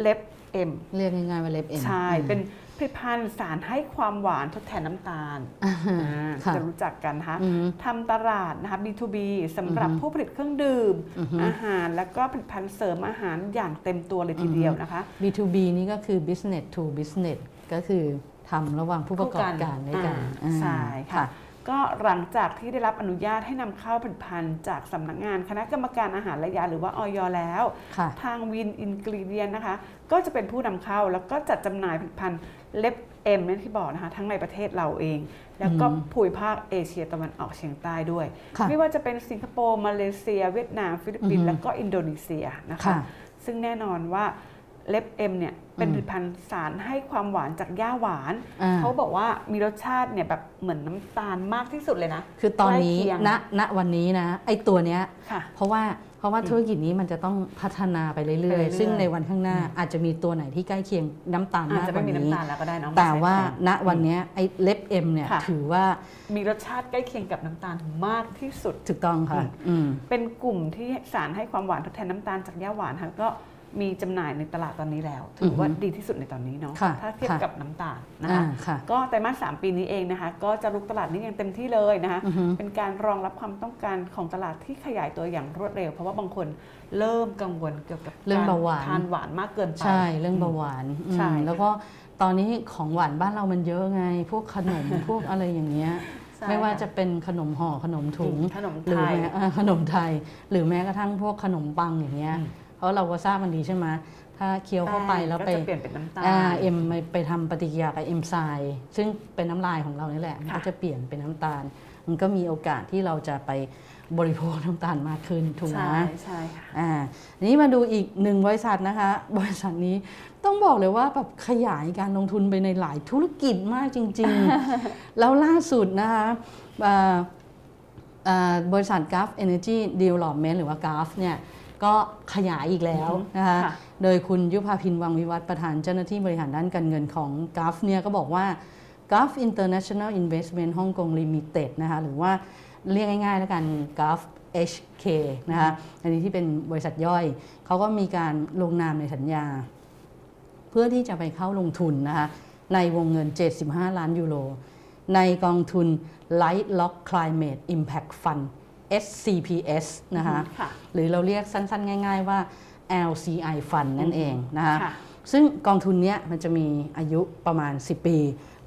Speaker 6: เล็บเอ็ม
Speaker 5: เรียกง่ายๆว่าเล็บเอ็น
Speaker 6: ใช่ เป็นผลิตภัณฑ์สารให้ความหวานทดแทนน้ำตาล
Speaker 5: อ่าฮะ
Speaker 6: อ่า
Speaker 5: ค่ะ
Speaker 6: จะรู้จักกันนะคะ
Speaker 5: อืม
Speaker 6: ทำตลาดนะคะ B2B สำหรับ
Speaker 5: อือฮึ
Speaker 6: ผู้ผลิตเครื่องดื่ม
Speaker 5: อือฮึ
Speaker 6: อาหารแล้วก็ผลิตภัณฑ์เสริมอาหารอย่างเต็มตัวเลยทีเดียวนะคะ
Speaker 5: B2B นี่ก็คือ business to business ก็คือทำระหว่างผู้ประกอบการด้วยกัน
Speaker 6: อ่าใช่
Speaker 5: อ่า
Speaker 6: ค่ะ ก็หลังจากที่ได้รับอนุญาตให้นำเข้าผลิตภัณฑ์จากสำนักงานคณะกรรมการอาหารและยาหรือว่าออยแล้ว
Speaker 5: ค่ะ
Speaker 6: ทางวินอินกรีเดียนนะคะ ก็จะเป็นผู้นำเข้าแล้วก็จัดจำหน่ายผลิตภัณฑ์เล็บเอ็มนั่นที่บอกนะคะ ทั้งในประเทศเราเอง แล้วก็ภูมิภาคเอเชียตะวันออกเฉียงใต้ด้วย
Speaker 5: ค่ะ
Speaker 6: ไม่ว่าจะเป็นสิงคโปร์ มาเลเซีย เวียดนาม ฟิลิปปิน
Speaker 5: อือฮึ
Speaker 6: ส์แล้วก็อินโดนีเซียนะคะ
Speaker 5: ค่ะ
Speaker 6: ซึ่งแน่นอนว่าเล็บเอ็มเนี่ยเป็น
Speaker 5: อืม
Speaker 6: ผลิตภัณฑ์สารให้ความหวานจากหญ้าหวาน
Speaker 5: อ่า
Speaker 6: เขาบอกว่ามีรสชาติเนี่ยแบบเหมือนน้ำตาลมากที่สุดเลยนะ
Speaker 5: คือตอนนี้
Speaker 6: ใกล้เคียง
Speaker 5: ณณวันนี้นะ ไอ้ตัวเนี้ย
Speaker 6: ค่ะ
Speaker 5: เพราะว่า เพราะว่าธุรกิจนี้มันจะต้องพัฒนาไปเรื่อย
Speaker 6: ไปเรื่อยๆ
Speaker 5: ๆ ซึ่งในวันข้างหน้าอาจจะมีตัวไหนที่ใกล้เคียงน้ำตาล
Speaker 6: อาจ
Speaker 5: มาก
Speaker 6: จะ
Speaker 5: ก
Speaker 6: ไม่
Speaker 5: ว่า
Speaker 6: มี
Speaker 5: นี้
Speaker 6: น้ำตาลแล้วก็ได้เน้อง
Speaker 5: แต่ว่าณวันเนี้ยไอ้เล็บเอ็มเนี่ย
Speaker 6: ค่ะ
Speaker 5: ถือว่า
Speaker 6: มีรสชาติใกล้เคียงกับน้ำตาลมากที่สุด
Speaker 5: ถูกต้องค่ะอืม
Speaker 6: เป็นกลุ่มที่สารให้ความหวานทดแทนน้ำตาลจากหญ้าหวานค่ะก็มีจำหน่ายในตลาดตอนนี้แล้ว ถือว่า
Speaker 5: อือฮึ
Speaker 6: ดีที่สุดในตอนนี้เนาะ
Speaker 5: ค่ะ
Speaker 6: ถ้าเทียบ
Speaker 5: ค่ะ
Speaker 6: กับน้ำตาลนะ
Speaker 5: อ่า
Speaker 6: คะ
Speaker 5: ค่ะ
Speaker 6: ก็ไตรมาสสามปีนี้เองนะคะ ก็จะลุกตลาดนี้อย่างเต็มที่เลยนะคะ
Speaker 5: อือฮึ
Speaker 6: เป็นการรองรับความต้องการของตลาดที่ขยายตัวอย่างรวดเร็ว เพราะว่าบางคนเริ่มกังวลเกี่ยวกับ
Speaker 5: เรื่องเบาหวาน
Speaker 6: กทานหวานมากเกินไป
Speaker 5: ใช่เรื่องเบาหวานอืม
Speaker 6: ใช่
Speaker 5: แล้วก็ตอนนี้ของหวานบ้านเรามันเยอะไง พวกขนม พวกอะไรอย่างเงี้ย
Speaker 6: ใช่
Speaker 5: ไม่ว่าจะ
Speaker 6: ค่
Speaker 5: เป็นขนมห่อขนมถุง
Speaker 6: ขนม
Speaker 5: ห
Speaker 6: ไท
Speaker 5: รือย แม้เอ่อขนมไทย หรือแม้กระทั่งพวกขนมปังอย่างเงี้ย
Speaker 6: อืม
Speaker 5: เพราะเราก็ทราบมันดีใช่ไหมถ้าเคี้ยวเข้าไปแล้วไป
Speaker 6: ก็จะเปลี่ยนเป็นน้ำตาล
Speaker 5: อ่าเอ็มไปทำปฏิกิริยากับเอ็มไซซึ่งเป็นน้ำลายของเรานี่แหละมัน
Speaker 6: ค่ะ
Speaker 5: ก็จะเปลี่ยนเป็นน้ำตาล มันก็มีโอกาสที่เราจะไปบริโภคน้ำตาลมากขึ้นถูกไหม
Speaker 6: ใช่ใช่ค่ะ
Speaker 5: อ่านี้มาดูอีกหนึ่งบริษัทนะคะ [LAUGHS] บริษัทนี้ต้องบอกเลยว่าแบบขยายการลงทุนไปในหลายธุรกิจมากจริง
Speaker 6: [LAUGHS]
Speaker 5: ๆ แล้วล่าสุดนะคะอ่าอ่าบริษัท g u f Energy Development หรือว่า g u f เนี่ยก็ขยายอีกแล้วนะคะ
Speaker 6: ค่ะ
Speaker 5: โดยคุณยุพาพินวังวิวัฒน์ประธานเจ้าหน้าที่บริหารด้านการเงินของ g u f เนี่ยก็บอกว่า g u f International Investment Hong Kong Limited นะคะหรือว่าเรียกง่ายๆแล้วกัน g u f HK นะคะอันนี้ที่เป็นบริษัทย่อย เขาก็มีการลงนามในสัญญา เพื่อที่จะไปเข้าลงทุนนะคะในวงเงิน 75 ล้านยูโร ในกองทุน Light Lock Climate Impact Fund SCPS นะคะ
Speaker 6: ค่ะ
Speaker 5: หรือเราเรียกสั้นๆ ง่าย ๆว่า LCI Fund นั่นเองนะคะ
Speaker 6: ค่ะ
Speaker 5: ซึ่งกองทุนเนี้ยมันจะมีอายุประมาณ 10 ปี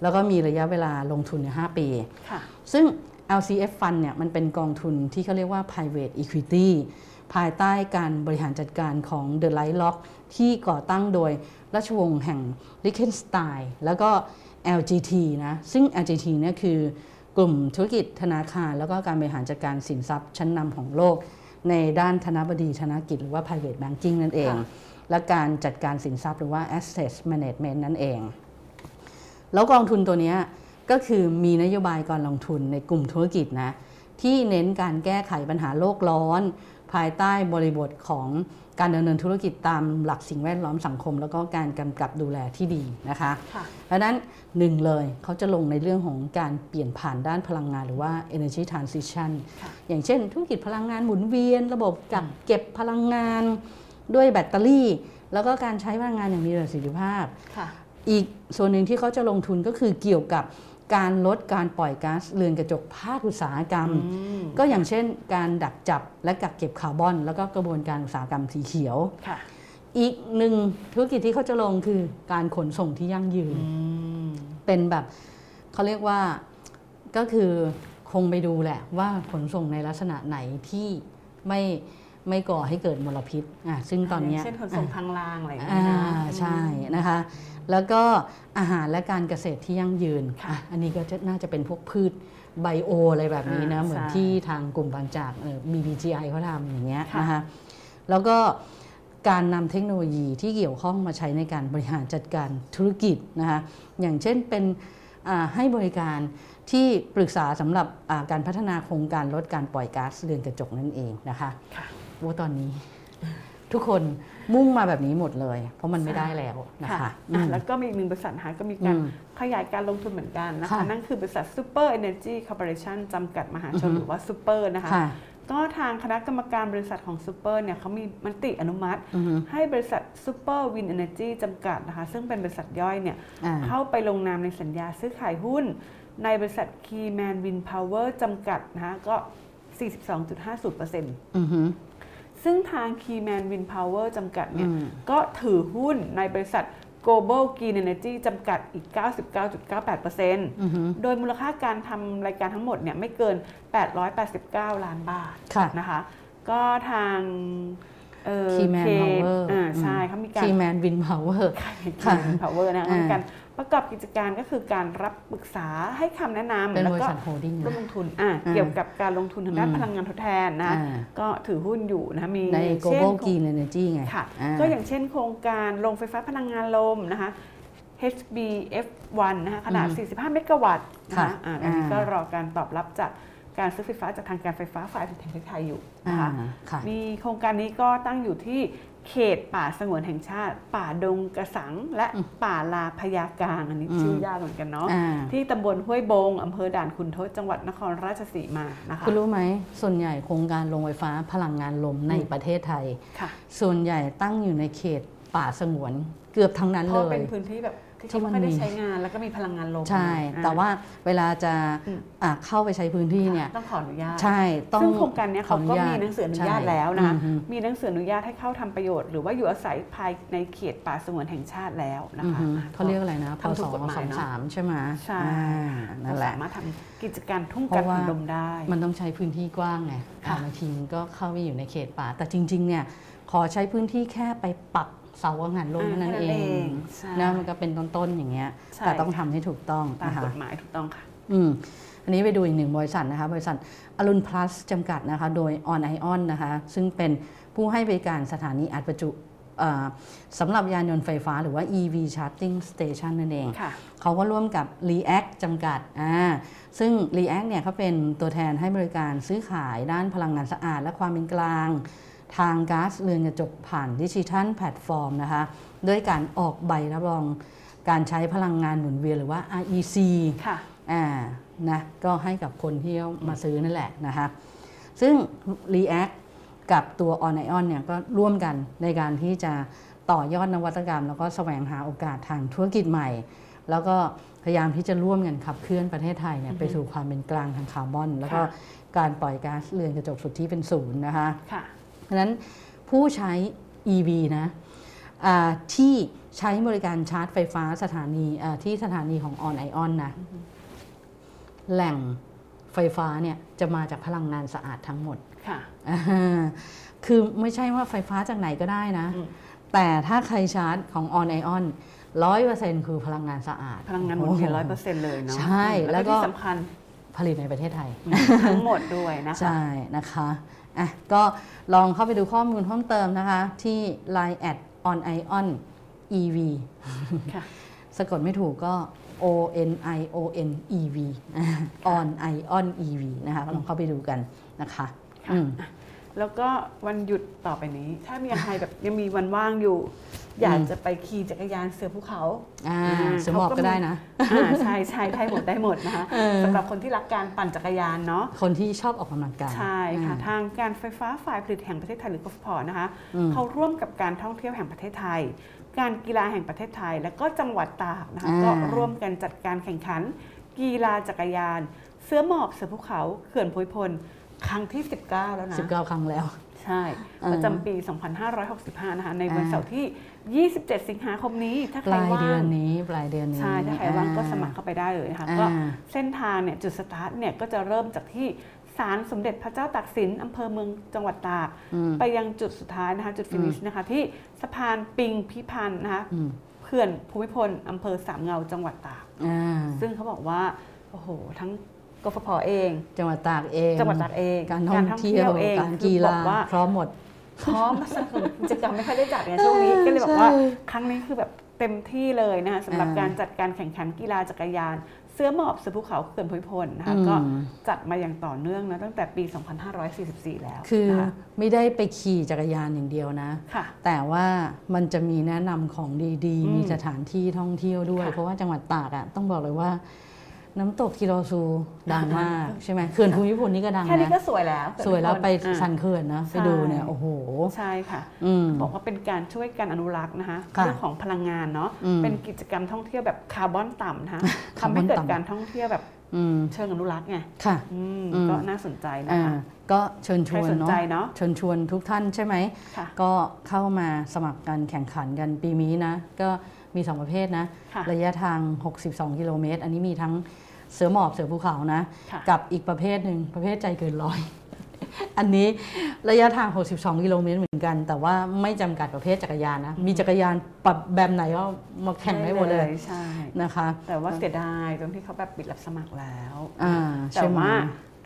Speaker 5: แล้วก็มีระยะเวลาลงทุนในย5ปี
Speaker 6: ค่ะ
Speaker 5: ซึ่ง LCF Fund เนี่ยมันเป็นกองทุนที่เขาเรียกว่า private equity ภายใต้การบริหารจัดการของ The Light Lock ที่ก่อตั้งโดยราชวงศ์แห่ง Liechtenstein แล้วก็ LGT นะ ซึ่ง LGT เนี่ยคือกลุ่มธุรกิจธนาคาร แล้วก็การบริหารจัดการสินทรัพย์ชั้นนำของโลก ในด้านธนบดีธนกิจหรือว่า private banking นั่นเอง
Speaker 6: ค่ะ
Speaker 5: และการจัดการสินทรัพย์หรือว่า asset management นั่นเอง แล้วกองทุนตัวเนี้ยก็คือมีนโยบายการลงทุนในกลุ่มธุรกิจนะ ที่เน้นการแก้ไขปัญหาโลกร้อน ภายใต้บริบทของการดำเนินธุรกิจตามหลักสิ่งแวดล้อมสังคม แล้วก็การกำกับดูแลที่ดีนะคะ
Speaker 6: ค่ะ
Speaker 5: ดังนั้นหนึ่งเลยเขาจะลงในเรื่องของการเปลี่ยนผ่านด้านพลังงานหรือว่า energy transition
Speaker 6: ค่ะ
Speaker 5: อย่างเช่น ธุรกิจพลังงานหมุนเวียน ระบบกักเก็บพลังงานด้วยแบตเตอรี่ แล้วก็การใช้พลังงานอย่างมีประสิทธิภาพ
Speaker 6: ค่ะ
Speaker 5: อีกส่วนหนึ่งที่เขาจะลงทุนก็คือเกี่ยวกับการลดการปล่อยก๊าซเรือนกระจกภาคอุตสาหกรรม
Speaker 6: ม
Speaker 5: ก็อย่างเช่น การดักจับและกักเก็บคาร์บอน แล้วก็กระบวนการอุตสาหกรรมสีเขียว
Speaker 6: ค่ะ
Speaker 5: อีกหนึ่งธุรกิจที่เขาจะลงคือการขนส่งที่ยั่งยืน
Speaker 6: อืม
Speaker 5: เป็นแบบเขาเรียกว่าก็คือคงไปดูแหละว่าขนส่งในลักษณะไหนที่ไม่ไม่ก่อให้เกิดมลพิษอ่ะซึ่งตอนเนี้ย
Speaker 6: ย่างเช่นขนส่งทางรางอะไรอย่าง
Speaker 5: อ
Speaker 6: เงี้
Speaker 5: ่าย
Speaker 6: นะ
Speaker 5: ใช่นะคะ แล้วก็อาหารและการเกษตรที่ยั่งยืน
Speaker 6: ค่ะ
Speaker 5: อ่ะอันนี้ก็จะน่าจะเป็นพวกพืชไบโออะไรแบบนี้นะ
Speaker 6: อ่า
Speaker 5: เหมือน
Speaker 6: ใช่
Speaker 5: ที่ทางกลุ่มบางจากเอ่อ BBGI เขาทำอย่างเงี้ย
Speaker 6: ค่ะ
Speaker 5: นะคะแล้วก็การนำเทคโนโลยีที่เกี่ยวข้องมาใช้ในการบริหารจัดการธุรกิจนะคะอย่างเช่นเป็นอ่าให้บริการที่ปรึกษาสำหรับอ่าการพัฒนาโครงการลดการปล่อยก๊าซเรือนกระจกนั่นเองนะคะ โอ้ตอนนี้ ทุกคนมุ่งมาแบบนี้หมดเลย เพราะมันไม่ได้แล้วนะคะ
Speaker 6: ค่ะ
Speaker 5: อืม
Speaker 6: อ่ะ แล้วก็มีอีกหนึ่งบริษัทนะคะก็มีการ
Speaker 5: อืม
Speaker 6: ขยายการลงทุนเหมือนกันนะคะ
Speaker 5: ค่ะ
Speaker 6: นั่นคือบริษัท Super Energy Corporation จำกัดมหาชน
Speaker 5: อือฮึ
Speaker 6: หรือว่า Super นะคะ
Speaker 5: ค่ะ
Speaker 6: ก็ทางคณะกรรมการบริษัทของ Super เนี่ยเขามีมติอนุมัติ
Speaker 5: อือฮึ
Speaker 6: ให้บริษัท Super Win Energy จำกัดนะคะ ซึ่งเป็นบริษัทย่อยเนี่ย
Speaker 5: อ่า
Speaker 6: เข้าไปลงนามในสัญญาซื้อขายหุ้น ในบริษัท Keyman Win Power จำกัดนะคะก็ 42.50%
Speaker 5: อือหือ
Speaker 6: ซึ่งทาง Keyman Wind Power จำกัดเนี่ย
Speaker 5: อืม
Speaker 6: ก็ถือหุ้นในบริษัท Global Green Energy จำกัดอีก 99.98%
Speaker 5: อือหือ
Speaker 6: โดยมูลค่าการทำรายการทั้งหมดเนี่ยไม่เกิน 889 ล้านบาท
Speaker 5: ค่ะ
Speaker 6: นะคะ ก็ทางเอ่อ
Speaker 5: Keyman
Speaker 6: K-
Speaker 5: Power
Speaker 6: อ่าใช่เขามีการ
Speaker 5: คีแมนวินพาวเวอร์
Speaker 6: k e y m a n Power นะ
Speaker 5: อ่า
Speaker 6: มีการประกอบกิจการก็คือการรับปรึกษาให้คำแนะนำ
Speaker 5: เป็น
Speaker 6: แล้ว
Speaker 5: บริ
Speaker 6: ก็
Speaker 5: ษัทโฮลดิ้ง
Speaker 6: ร่วม
Speaker 5: นะ
Speaker 6: ลงทุนอ่ะ
Speaker 5: อ่า
Speaker 6: เกี่ยวกับการลงทุนทางด้าน
Speaker 5: อืม
Speaker 6: พลังงานทดแทนนะ
Speaker 5: อ่า
Speaker 6: ก็ถือหุ้นอยู่นะมี
Speaker 5: ใน
Speaker 6: เช่น
Speaker 5: global green energy ไง
Speaker 6: ค่ะ
Speaker 5: อ่า
Speaker 6: ก็อย่างเช่นโครงการโรงไฟฟ้าพลังงานลมนะคะ HBF1 นะคะขนาด
Speaker 5: อือฮึ
Speaker 6: 45 เมกะวัตต์นะ
Speaker 5: ค่ะ
Speaker 6: คะอ่าอันนี้
Speaker 5: อ่า
Speaker 6: ก็รอการตอบรับจาก การซื้อไฟฟ้าจากทางการไฟฟ้าฝ่ายผลิตแห่งประเทศไทยอยู่นะคะ
Speaker 5: อ่าค่ะ
Speaker 6: มีโครงการนี้ก็ตั้งอยู่ที่เขตป่าสงวนแห่งชาติ ป่าดงกระสัง และ
Speaker 5: อืม
Speaker 6: ป่าลาพญากลางอันนี้
Speaker 5: อืม
Speaker 6: ชื่อยากเหมือนกันเนาะ
Speaker 5: อ่า
Speaker 6: ที่ตำบลห้วยบงอำเภอด่านคุณทศจังหวัดนครราชสีมานะคะ
Speaker 5: คุณรู้ไหม ส่วนใหญ่โครงการโรงไฟฟ้าพลังงานลมในประเทศไทย
Speaker 6: ค่ะ
Speaker 5: ส่วนใหญ่ตั้งอยู่ในเขตป่าสงวนเกือบทั้งนั้น
Speaker 6: เพ
Speaker 5: เล
Speaker 6: ราะ
Speaker 5: ย
Speaker 6: เป็นพื้นที่แบบที่
Speaker 5: ที่มัน
Speaker 6: ไม่ได้
Speaker 5: มี
Speaker 6: ใช้งานแล้วก็มีพลังงานลม
Speaker 5: ใช่
Speaker 6: อ่
Speaker 5: แต่ว่าเวลาจะ
Speaker 6: อืม
Speaker 5: อ่ะเข้าไปใช้พื้นที่เนี่ย
Speaker 6: ต้องขออนุญาต
Speaker 5: ใช่ ต้อง
Speaker 6: ซึ่งโครงการเนี้ยเขาก็
Speaker 5: ขออ
Speaker 6: มี
Speaker 5: ญต
Speaker 6: หนังสืออนุ
Speaker 5: ใช่
Speaker 6: ญาตแล้วนะคะ
Speaker 5: อือฮึ
Speaker 6: มีหนังสืออนุญาตให้เข้าทำประโยชน์ หรือว่าอยู่อาศัยภายในเขตป่าสงวนแห่งชาติแล้วนะ
Speaker 5: อือ
Speaker 6: คะ
Speaker 5: ฮึเขาเรียกอะไรนะพ
Speaker 6: ทำถู
Speaker 5: ศ
Speaker 6: กกฎหมาย
Speaker 5: สอง
Speaker 6: เนอะ
Speaker 5: สามใช่ไหม
Speaker 6: ใช่
Speaker 5: อ่านั่นแหละ
Speaker 6: สามารถทำกิจการทุ่งกัน
Speaker 5: เพราะว่า
Speaker 6: อุดมได้
Speaker 5: มันต้องใช้พื้นที่กว้างไง
Speaker 6: ค่ะ
Speaker 5: อ่าบางทีมันก็เข้าไปอยู่ในเขตป่า แต่จริง ๆ เนี่ย ขอใช้พื้นที่แค่ไปปักเสาอาหารลมเท่านั้นเอง
Speaker 6: ใช่
Speaker 5: นะมันก็เป็นต้น ๆ อย่างเงี้ย
Speaker 6: ใช่
Speaker 5: แต่ต้องทำให้ถูกต้อง
Speaker 6: ตาม
Speaker 5: นะคะ
Speaker 6: กฎหมายถูกต้องค่ะ
Speaker 5: อืมอันนี้ไปดูอีกหนึ่งบริษัทนะคะ บริษัทอรุณพลัสจำกัดนะคะ โดย On i o n นะคะ ซึ่งเป็นผู้ให้บริการสถานีอัดประจุเอ่อสำหรับยานยนต์ไฟฟ้าหรือว่า EV Charging Station นั่นเอง
Speaker 6: ค่ะ
Speaker 5: เขาก็ร่วมกับ React จำกัดอ่าซึ่ง React เนี่ยเขาเป็นตัวแทนให้บริการซื้อขายด้านพลังงานสะอาด และความเป็นกลาง ทางก๊าซเรือนกระจกผ่านดิจิทัลแพลตฟอร์มนะคะ ด้วยการออกใบรับรองการใช้พลังงานหมุนเวียนหรือว่า REC
Speaker 6: ค่ะ
Speaker 5: อ่านะก็ให้กับคนที่เอามาซื้อนั่นแหละนะคะซึ่ง React กับตัว On i o n เนี่ยก็ร่วมกันในการที่จะต่อยอดนวัตกรรม แล้วก็แสวงหาโอกาสทางธุรกิจใหม่ แล้วก็พยายามที่จะร่วมกันขับเคลื่อนประเทศไทยเนี่ยไปสู่ความเป็นกลางทางคาร์บอน แล้วก็
Speaker 6: ค่ะ
Speaker 5: การปล่อยก๊าซเรือนกระจกสุทธิเป็นศูนย์นะคะ
Speaker 6: ค่ะ
Speaker 5: เพราะฉะนั้นผู้ใช้ EV นะอ่าที่ใช้บริการชาร์จไฟฟ้าสถานีอ่าที่สถานีของ On i o n นะแหล่งไฟฟ้าเนี่ยจะมาจากพลังงานสะอาดทั้งหมด [LAUGHS]
Speaker 6: ค่ะ
Speaker 5: อ่าคือไม่ใช่ว่าไฟฟ้าจากไหนก็ได้นะ
Speaker 6: อืม
Speaker 5: แต่ถ้าใครชาร์จของ On i o n ร้อยเปอร์เซ็นต์คือพลังงานสะอาด
Speaker 6: พลังงานหมุนเวียนร้อยเปอร์เซ็นต์เลยเนาะ
Speaker 5: ใช่
Speaker 6: อืมแล้ว
Speaker 5: แล้วก็
Speaker 6: ก็ที่สำคัญ
Speaker 5: ผลิตในประเทศไทย
Speaker 6: ทั้งหมดด้วยนะคะ
Speaker 5: ใช่นะคะอ่ะก็ลองเข้าไปดูข้อมูลเพิ่มเติมนะคะ ที่ line at on ion ev
Speaker 6: ค่ะ
Speaker 5: สะกดไม่ถูกก็ o n i o n e v อ่ะ on ion ev นะคะก็ลองเข้าไปดูกันนะคะ
Speaker 6: ค่ะ
Speaker 5: อืม
Speaker 6: อ่ะแล้วก็วันหยุดต่อไปนี้ ถ้ามีใครแบบยังมีวันว่างอยู่ อยาก
Speaker 5: อืม
Speaker 6: จะไปขี่จักรยานเสือภูเขา
Speaker 5: อ่า
Speaker 6: อ่า
Speaker 5: เสือหมอบ
Speaker 6: เขาก็
Speaker 5: ก็ได้นะ
Speaker 6: อ่าใช่ใช่ได้หมดได้หมดนะคะ
Speaker 5: เออ
Speaker 6: สำหรับคนที่รักการปั่นจักรยานเนาะ
Speaker 5: คนที่ชอบออกกำลังกาย
Speaker 6: ใช่ค่ะ
Speaker 5: อ่า
Speaker 6: ทางการไฟฟ้าฝ่ายผลิตแห่งประเทศไทยหรือกฟผนะคะ
Speaker 5: อืม
Speaker 6: เขาร่วมกับการท่องเที่ยวแห่งประเทศไทย การกีฬาแห่งประเทศไทย และก็จังหวัดตากนะคะ
Speaker 5: อ่า
Speaker 6: ก็ร่วมกันจัดการแข่งขัน กีฬาจักรยาน เสื้อหมอบเสือภูเขาเขื่อนภูมิพล ครั้งที่ 19 แล้วนะ
Speaker 5: 19 ครั้งแล้ว
Speaker 6: ใช่ประจำปี 2565 นะคะในวัน
Speaker 5: อ่า
Speaker 6: เสาร์ที่ 27 สิงหาคมนี้ถ้า
Speaker 5: ป
Speaker 6: ใคร
Speaker 5: ลาย
Speaker 6: ว่า
Speaker 5: เดือน
Speaker 6: ง
Speaker 5: นี้ปลายเดือนนี้
Speaker 6: ใช่ ถ้าใครว่างก็
Speaker 5: อ่
Speaker 6: สมัครเข้าไปได้เลยนะคะ
Speaker 5: อ่า
Speaker 6: ก็เส้นทางเนี่ยจุดสตาร์ทเนี่ยก็จะเริ่มจากที่ศาลสมเด็จพระเจ้าตากสินอำเภอเมืองจังหวัดตาก
Speaker 5: อืม
Speaker 6: ไปยังจุดสุดท้ายนะคะ จุดฟินิชนะคะ ที่สะพานปิงพิพันธ์นะคะ
Speaker 5: อืม
Speaker 6: เขื่อนภูมิพลอำเภอสามเงาจังหวัดตาก
Speaker 5: อ่า
Speaker 6: ซึ่งเขาบอกว่า โอ้โห ทั้งกฟผเอง
Speaker 5: จังหวัดตากเอง
Speaker 6: จังหวัดตากเอง
Speaker 5: การท่องเที่ยวการกี
Speaker 6: คือ
Speaker 5: ฬา
Speaker 6: บอกว่า
Speaker 5: พร้อมหมด
Speaker 6: พร้อมสนับสนุนกิจกรรมไม่ค่อยได้จัดไงช่วงนี้ก็เลยบอกว่า
Speaker 5: ใช่
Speaker 6: ครั้งนี้คือแบบเต็มที่เลยนะคะสำหรับ
Speaker 5: อ่า
Speaker 6: การจัดการแข่งขันกีฬาจักรยาน เสื้อหมอบเสือภูเขาเขื่อนภูมิพลนะคะ
Speaker 5: อืม
Speaker 6: ก็จัดมาอย่างต่อเนื่องนะตั้งแต่ปี 2544 แล้ว
Speaker 5: คือ
Speaker 6: นะคะ
Speaker 5: ไม่ได้ไปขี่จักรยานอย่างเดียวนะ
Speaker 6: ค่ะ
Speaker 5: แต่ว่ามันจะมีแนะนำของดี
Speaker 6: อืม
Speaker 5: ๆ มีสถานที่ท่องเที่ยวด้วย
Speaker 6: ค่ะ
Speaker 5: เพราะว่าจังหวัดตากอ่ะต้องบอกเลยว่า น้ำตกกิโลซูดังมากใช่ไหมเขื่อนภูมิพลนี่ก็ดัง
Speaker 6: แค่นี้ก็
Speaker 5: นะ
Speaker 6: สวยแล้วเขื่อน
Speaker 5: สวยแล้วไป
Speaker 6: อ่า
Speaker 5: สันเขื่อนนะ
Speaker 6: ใช่
Speaker 5: ไปดูเนี่ยโอ้โห
Speaker 6: ใช่ค่ะ
Speaker 5: อืม
Speaker 6: บอกว่าเป็นการช่วยกันอนุรักษ์นะคะ
Speaker 5: ค่ะ
Speaker 6: เรื่องของพลังงานเนาะ
Speaker 5: อืม
Speaker 6: เป็นกิจกรรมท่องเที่ยวแบบคาร์บอนต่ำ
Speaker 5: [LAUGHS]
Speaker 6: นะคะ
Speaker 5: คาร์บ
Speaker 6: ทำให้
Speaker 5: อน
Speaker 6: เกิด
Speaker 5: ต่ำ
Speaker 6: การท่องเที่ยวแบบ
Speaker 5: อืม
Speaker 6: เชิงอนุรักษ์ไง
Speaker 5: ค่ะ
Speaker 6: อืม
Speaker 5: อืม
Speaker 6: ก็น่าสนใจนะ
Speaker 5: อ่า
Speaker 6: คะ
Speaker 5: ก็เชิญชวน
Speaker 6: ใครสน
Speaker 5: เนาะ
Speaker 6: ใจเนอะ
Speaker 5: เชิญชวนทุกท่านใช่ไหม
Speaker 6: ค่ะ
Speaker 5: ก็เข้ามาสมัครกันแข่งขันกันปีนี้นะ ก็มี 2 ประเภทนะ
Speaker 6: ค่ะ
Speaker 5: ระยะทาง 62 กิโลเมตร อันนี้มีทั้งเสือหมอบเสือภูเขานะ
Speaker 6: ค่ะ
Speaker 5: กับอีกประเภทหนึ่งประเภทใจเกินร้อย [LAUGHS] อันนี้ระยะทาง 62 กิโลเมตรเหมือนกัน แต่ว่าไม่จำกัดประเภทจักรยานนะ มีจักรยานปรับแบบไหนก็มาแข่งได้หมดเลย
Speaker 6: ใช่
Speaker 5: นะคะ
Speaker 6: แต่ว่าเสียดายตรงที่เขาแบบปิดรับสมัครแล้ว
Speaker 5: อ่า
Speaker 6: แต่
Speaker 5: ใช่ไหม
Speaker 6: ว่า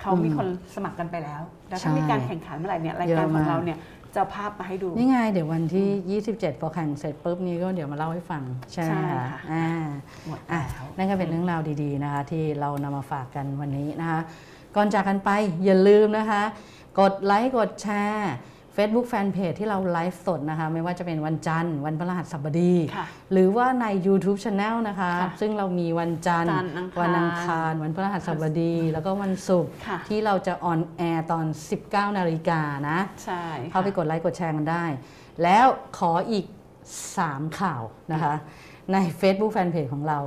Speaker 6: เขามีคนสมัครกันไปแล้ว แล้วถ้า
Speaker 5: ใช่
Speaker 6: มีการแข่งขันเมื่อไหร่เนี่ยรายการ
Speaker 5: เยอะ
Speaker 6: ข
Speaker 5: มา
Speaker 6: อก งเราเนี่ยจะเอาภาพมาให้ดู
Speaker 5: นี่ไงเดี๋ยววันที่ 27 พอแข่งเสร็จปุ๊บนี้ก็เดี๋ยวมาเล่าให้ฟังใช่ไหม
Speaker 6: ใช่
Speaker 5: คะ
Speaker 6: ค่ะ
Speaker 5: อ่า
Speaker 6: หมด
Speaker 5: อ่ะ
Speaker 6: แล้ว
Speaker 5: นั่นก็เป็นเรื่องราวดีๆนะคะที่เรานำมาฝากกันวันนี้นะคะ ก่อนจากกันไปอย่าลืมนะคะ กดไลค์กดแชร์ Facebook Fanpage ที่เราไลฟ์สดนะคะ ไม่ว่าจะเป็นวันจันทร์ วันพฤหัสบดี
Speaker 6: ค่ะ
Speaker 5: หรือว่าใน YouTube Channel นะคะ
Speaker 6: ค่ะ
Speaker 5: ซึ่งเรามีวันจันทร์
Speaker 6: จันทร์อังคาร
Speaker 5: วันอังคาร วันพฤหัสบดี แล้วก็วันศุกร์
Speaker 6: ค่ะ
Speaker 5: ที่เราจะออนแอร์ตอน 19 นาฬิกานะ
Speaker 6: ใช่ค่ะ
Speaker 5: เข้าไปกดไลค์กดแชร์กันได้ แล้วขออีก 3 ข่าวนะคะ ใน Facebook Fanpage ของเรา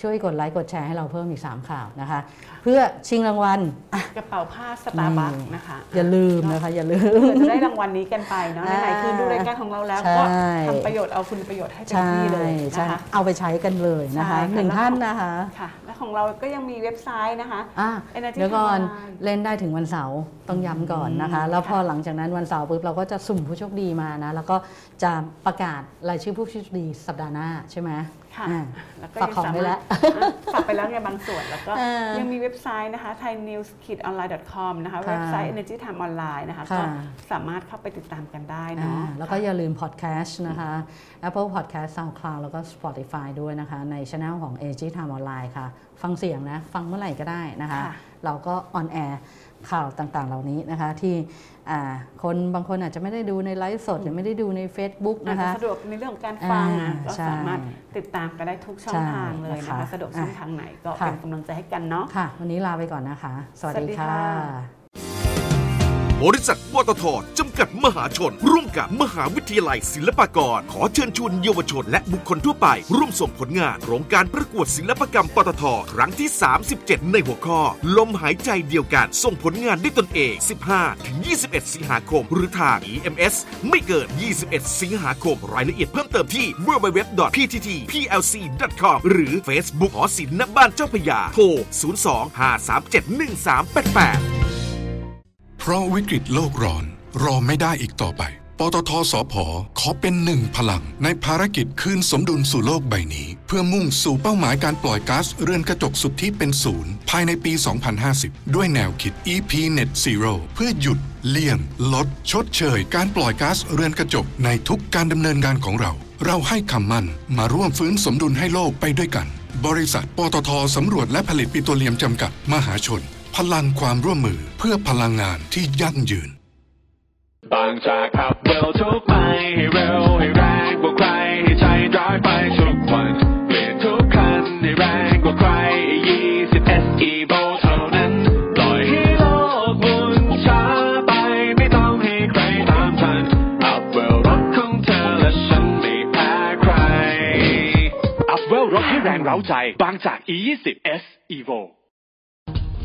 Speaker 5: ช่วยกดไลค์กดแชร์ให้เราเพิ่มอีก 3 ข่าวนะคะ เพื่อชิงรางวัลอ่ะ
Speaker 6: กระเป๋าผ้าสตาร์บัค
Speaker 5: นี่
Speaker 6: นะคะ
Speaker 5: อย่าลืมนะคะ อย่าลืม
Speaker 6: เพื่อจะได้รางวัลนี้กันไปเนาะ
Speaker 5: อ่า
Speaker 6: ไหนๆคือดูรายการของเราแล้ว
Speaker 5: ใช่
Speaker 6: ก็ทำประโยชน์เอาคุณประโยชน์ให้เต็ม
Speaker 5: ใช่
Speaker 6: ที่เลย
Speaker 5: ใช่
Speaker 6: นะคะ
Speaker 5: เอาไปใช้กันเลยนะคะ
Speaker 6: ใช่ค่ะ
Speaker 5: หนึ่งท่านนะคะ
Speaker 6: ค่ะ และของเราก็ยังมีเว็บไซต์นะคะ
Speaker 5: อ่ะ
Speaker 6: Energy
Speaker 5: เดี๋ยวก่อน
Speaker 6: Timeline
Speaker 5: เล่นได้ถึงวันเสาร์ต้องย้ำก่อนนะคะ แล้วพอหลังจากนั้นวันเสาร์ปุ๊บเราก็จะสุ่มผู้โชคดีมานะ แล้วก็จะประกาศรายชื่อผู้โชคดีสัปดาห์หน้าใช่ไหม
Speaker 6: ค่ะ
Speaker 5: อ่ะ
Speaker 6: แล้วก็
Speaker 5: ฝากของไว้แล้ว
Speaker 6: ยังสามารถฝากไปแล้วไงบางส่วน แล้วก็
Speaker 5: เออ
Speaker 6: ยังมีเว็บไซต์นะคะ thainewskidonline.com นะคะ
Speaker 5: ค่ะ
Speaker 6: เว็บไซต์ Energy Time Online นะคะ
Speaker 5: ค่ะ
Speaker 6: ก็สามารถเข้าไปติดตามกันได้
Speaker 5: อ่า
Speaker 6: เนาะ
Speaker 5: แล้วก็อย่าลืมพอดแคสต์นะคะ Apple Podcast SoundCloud แล้วก็ Spotify ด้วยนะคะ ในช anel ของ a g Time Online ค่ะ ฟังเสียงนะ ฟังเมื่อไหร่ก็ได้นะคะ
Speaker 6: ค่ะ
Speaker 5: เราก็ออนแอร์ข่าวต่างๆ เหล่านี้นะคะ ที่อ่าคนบางคนอาจจะไม่ได้ดูในไลฟ์สดหรือไม่ได้ดูใน Facebook
Speaker 6: อาจ
Speaker 5: นะ
Speaker 6: จะ
Speaker 5: คะ
Speaker 6: สะดวกในเรื่องของการฟัง
Speaker 5: อ่า
Speaker 6: นะก็
Speaker 5: ใช่
Speaker 6: สามารถติดตามกันได้ทุกช่องทางเลย
Speaker 5: ใช่นะ
Speaker 6: นะ
Speaker 5: คะ
Speaker 6: คะ สะดวกช่องทางไหนก็
Speaker 5: ค่ะ
Speaker 6: เป็นกำลังใจให้กันเนาะ
Speaker 5: ค่ะ วันนี้ลาไปก่อนนะคะ สวัส
Speaker 6: สวั
Speaker 5: ดี
Speaker 6: สดี
Speaker 5: ค่
Speaker 6: ค่ะ
Speaker 5: ะ
Speaker 4: บริษัทปตทจำกัดมหาชน ร่วมกับมหาวิทยาลัยศิลปากร ขอเชิญชวนเยาวชนและบุคคลทั่วไป ร่วมส่งผลงานโครงการประกวดศิลปกรรมปตทครั้งที่ 37 ในหัวข้อ ลมหายใจเดียวกัน ส่งผลงานด้วยตนเอง 15-21 สิงหาคม หรือทาง EMS ไม่เกิน 21 สิงหาคม รายละเอียดเพิ่มเติมที่ www.pttplc.com หรือ Facebook หอศิลป์ณบ้านเจ้าพระยา โทร 02-537-1388
Speaker 1: เพราะวิกฤตโลกร้อน รอไม่ได้อีกต่อไป ปตทสพขอเป็นหนึ่งพลัง ในภารกิจคืนสมดุลสู่โลกใบนี้ เพื่อมุ่งสู่เป้าหมายการปล่อยก๊าซเรือนกระจกสุทธิเป็นศูนย์ ภายในปี 2050 ด้วยแนวคิด EP Net Zero เพื่อหยุด เลี่ยง ลด ชดเชย การปล่อยก๊าซเรือนกระจกในทุกการดำเนินงานของเรา เราให้คำมั่นมาร่วมฟื้นสมดุลให้โลกไปด้วยกัน บริษัทปตทสำรวจและผลิตปิโตรเลียมจำกัดมหาชน พลังความร่วมมือเพื่อพลังงานที่ยั่งยืน
Speaker 2: บางจากขับเร็วทุกไปให้เร็วให้แรงกว่าใครให้ใช้ร้อยไปทุกวันเปลี่ยนทุกคันให้แรงกว่าใคร20 SE v o เท่านั้นปล่อยให้โลกหมุนช้าไปไม่ต้องให้ใครตามทันอัพเวลรถของเธอและฉันไม่แพ้ใคร อัพเวลรถให้แรงเร้าใจ บางจาก E20 S Evo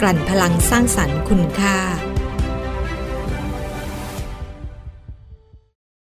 Speaker 7: กลั่นพลังสร้างสรรค์คุณค่า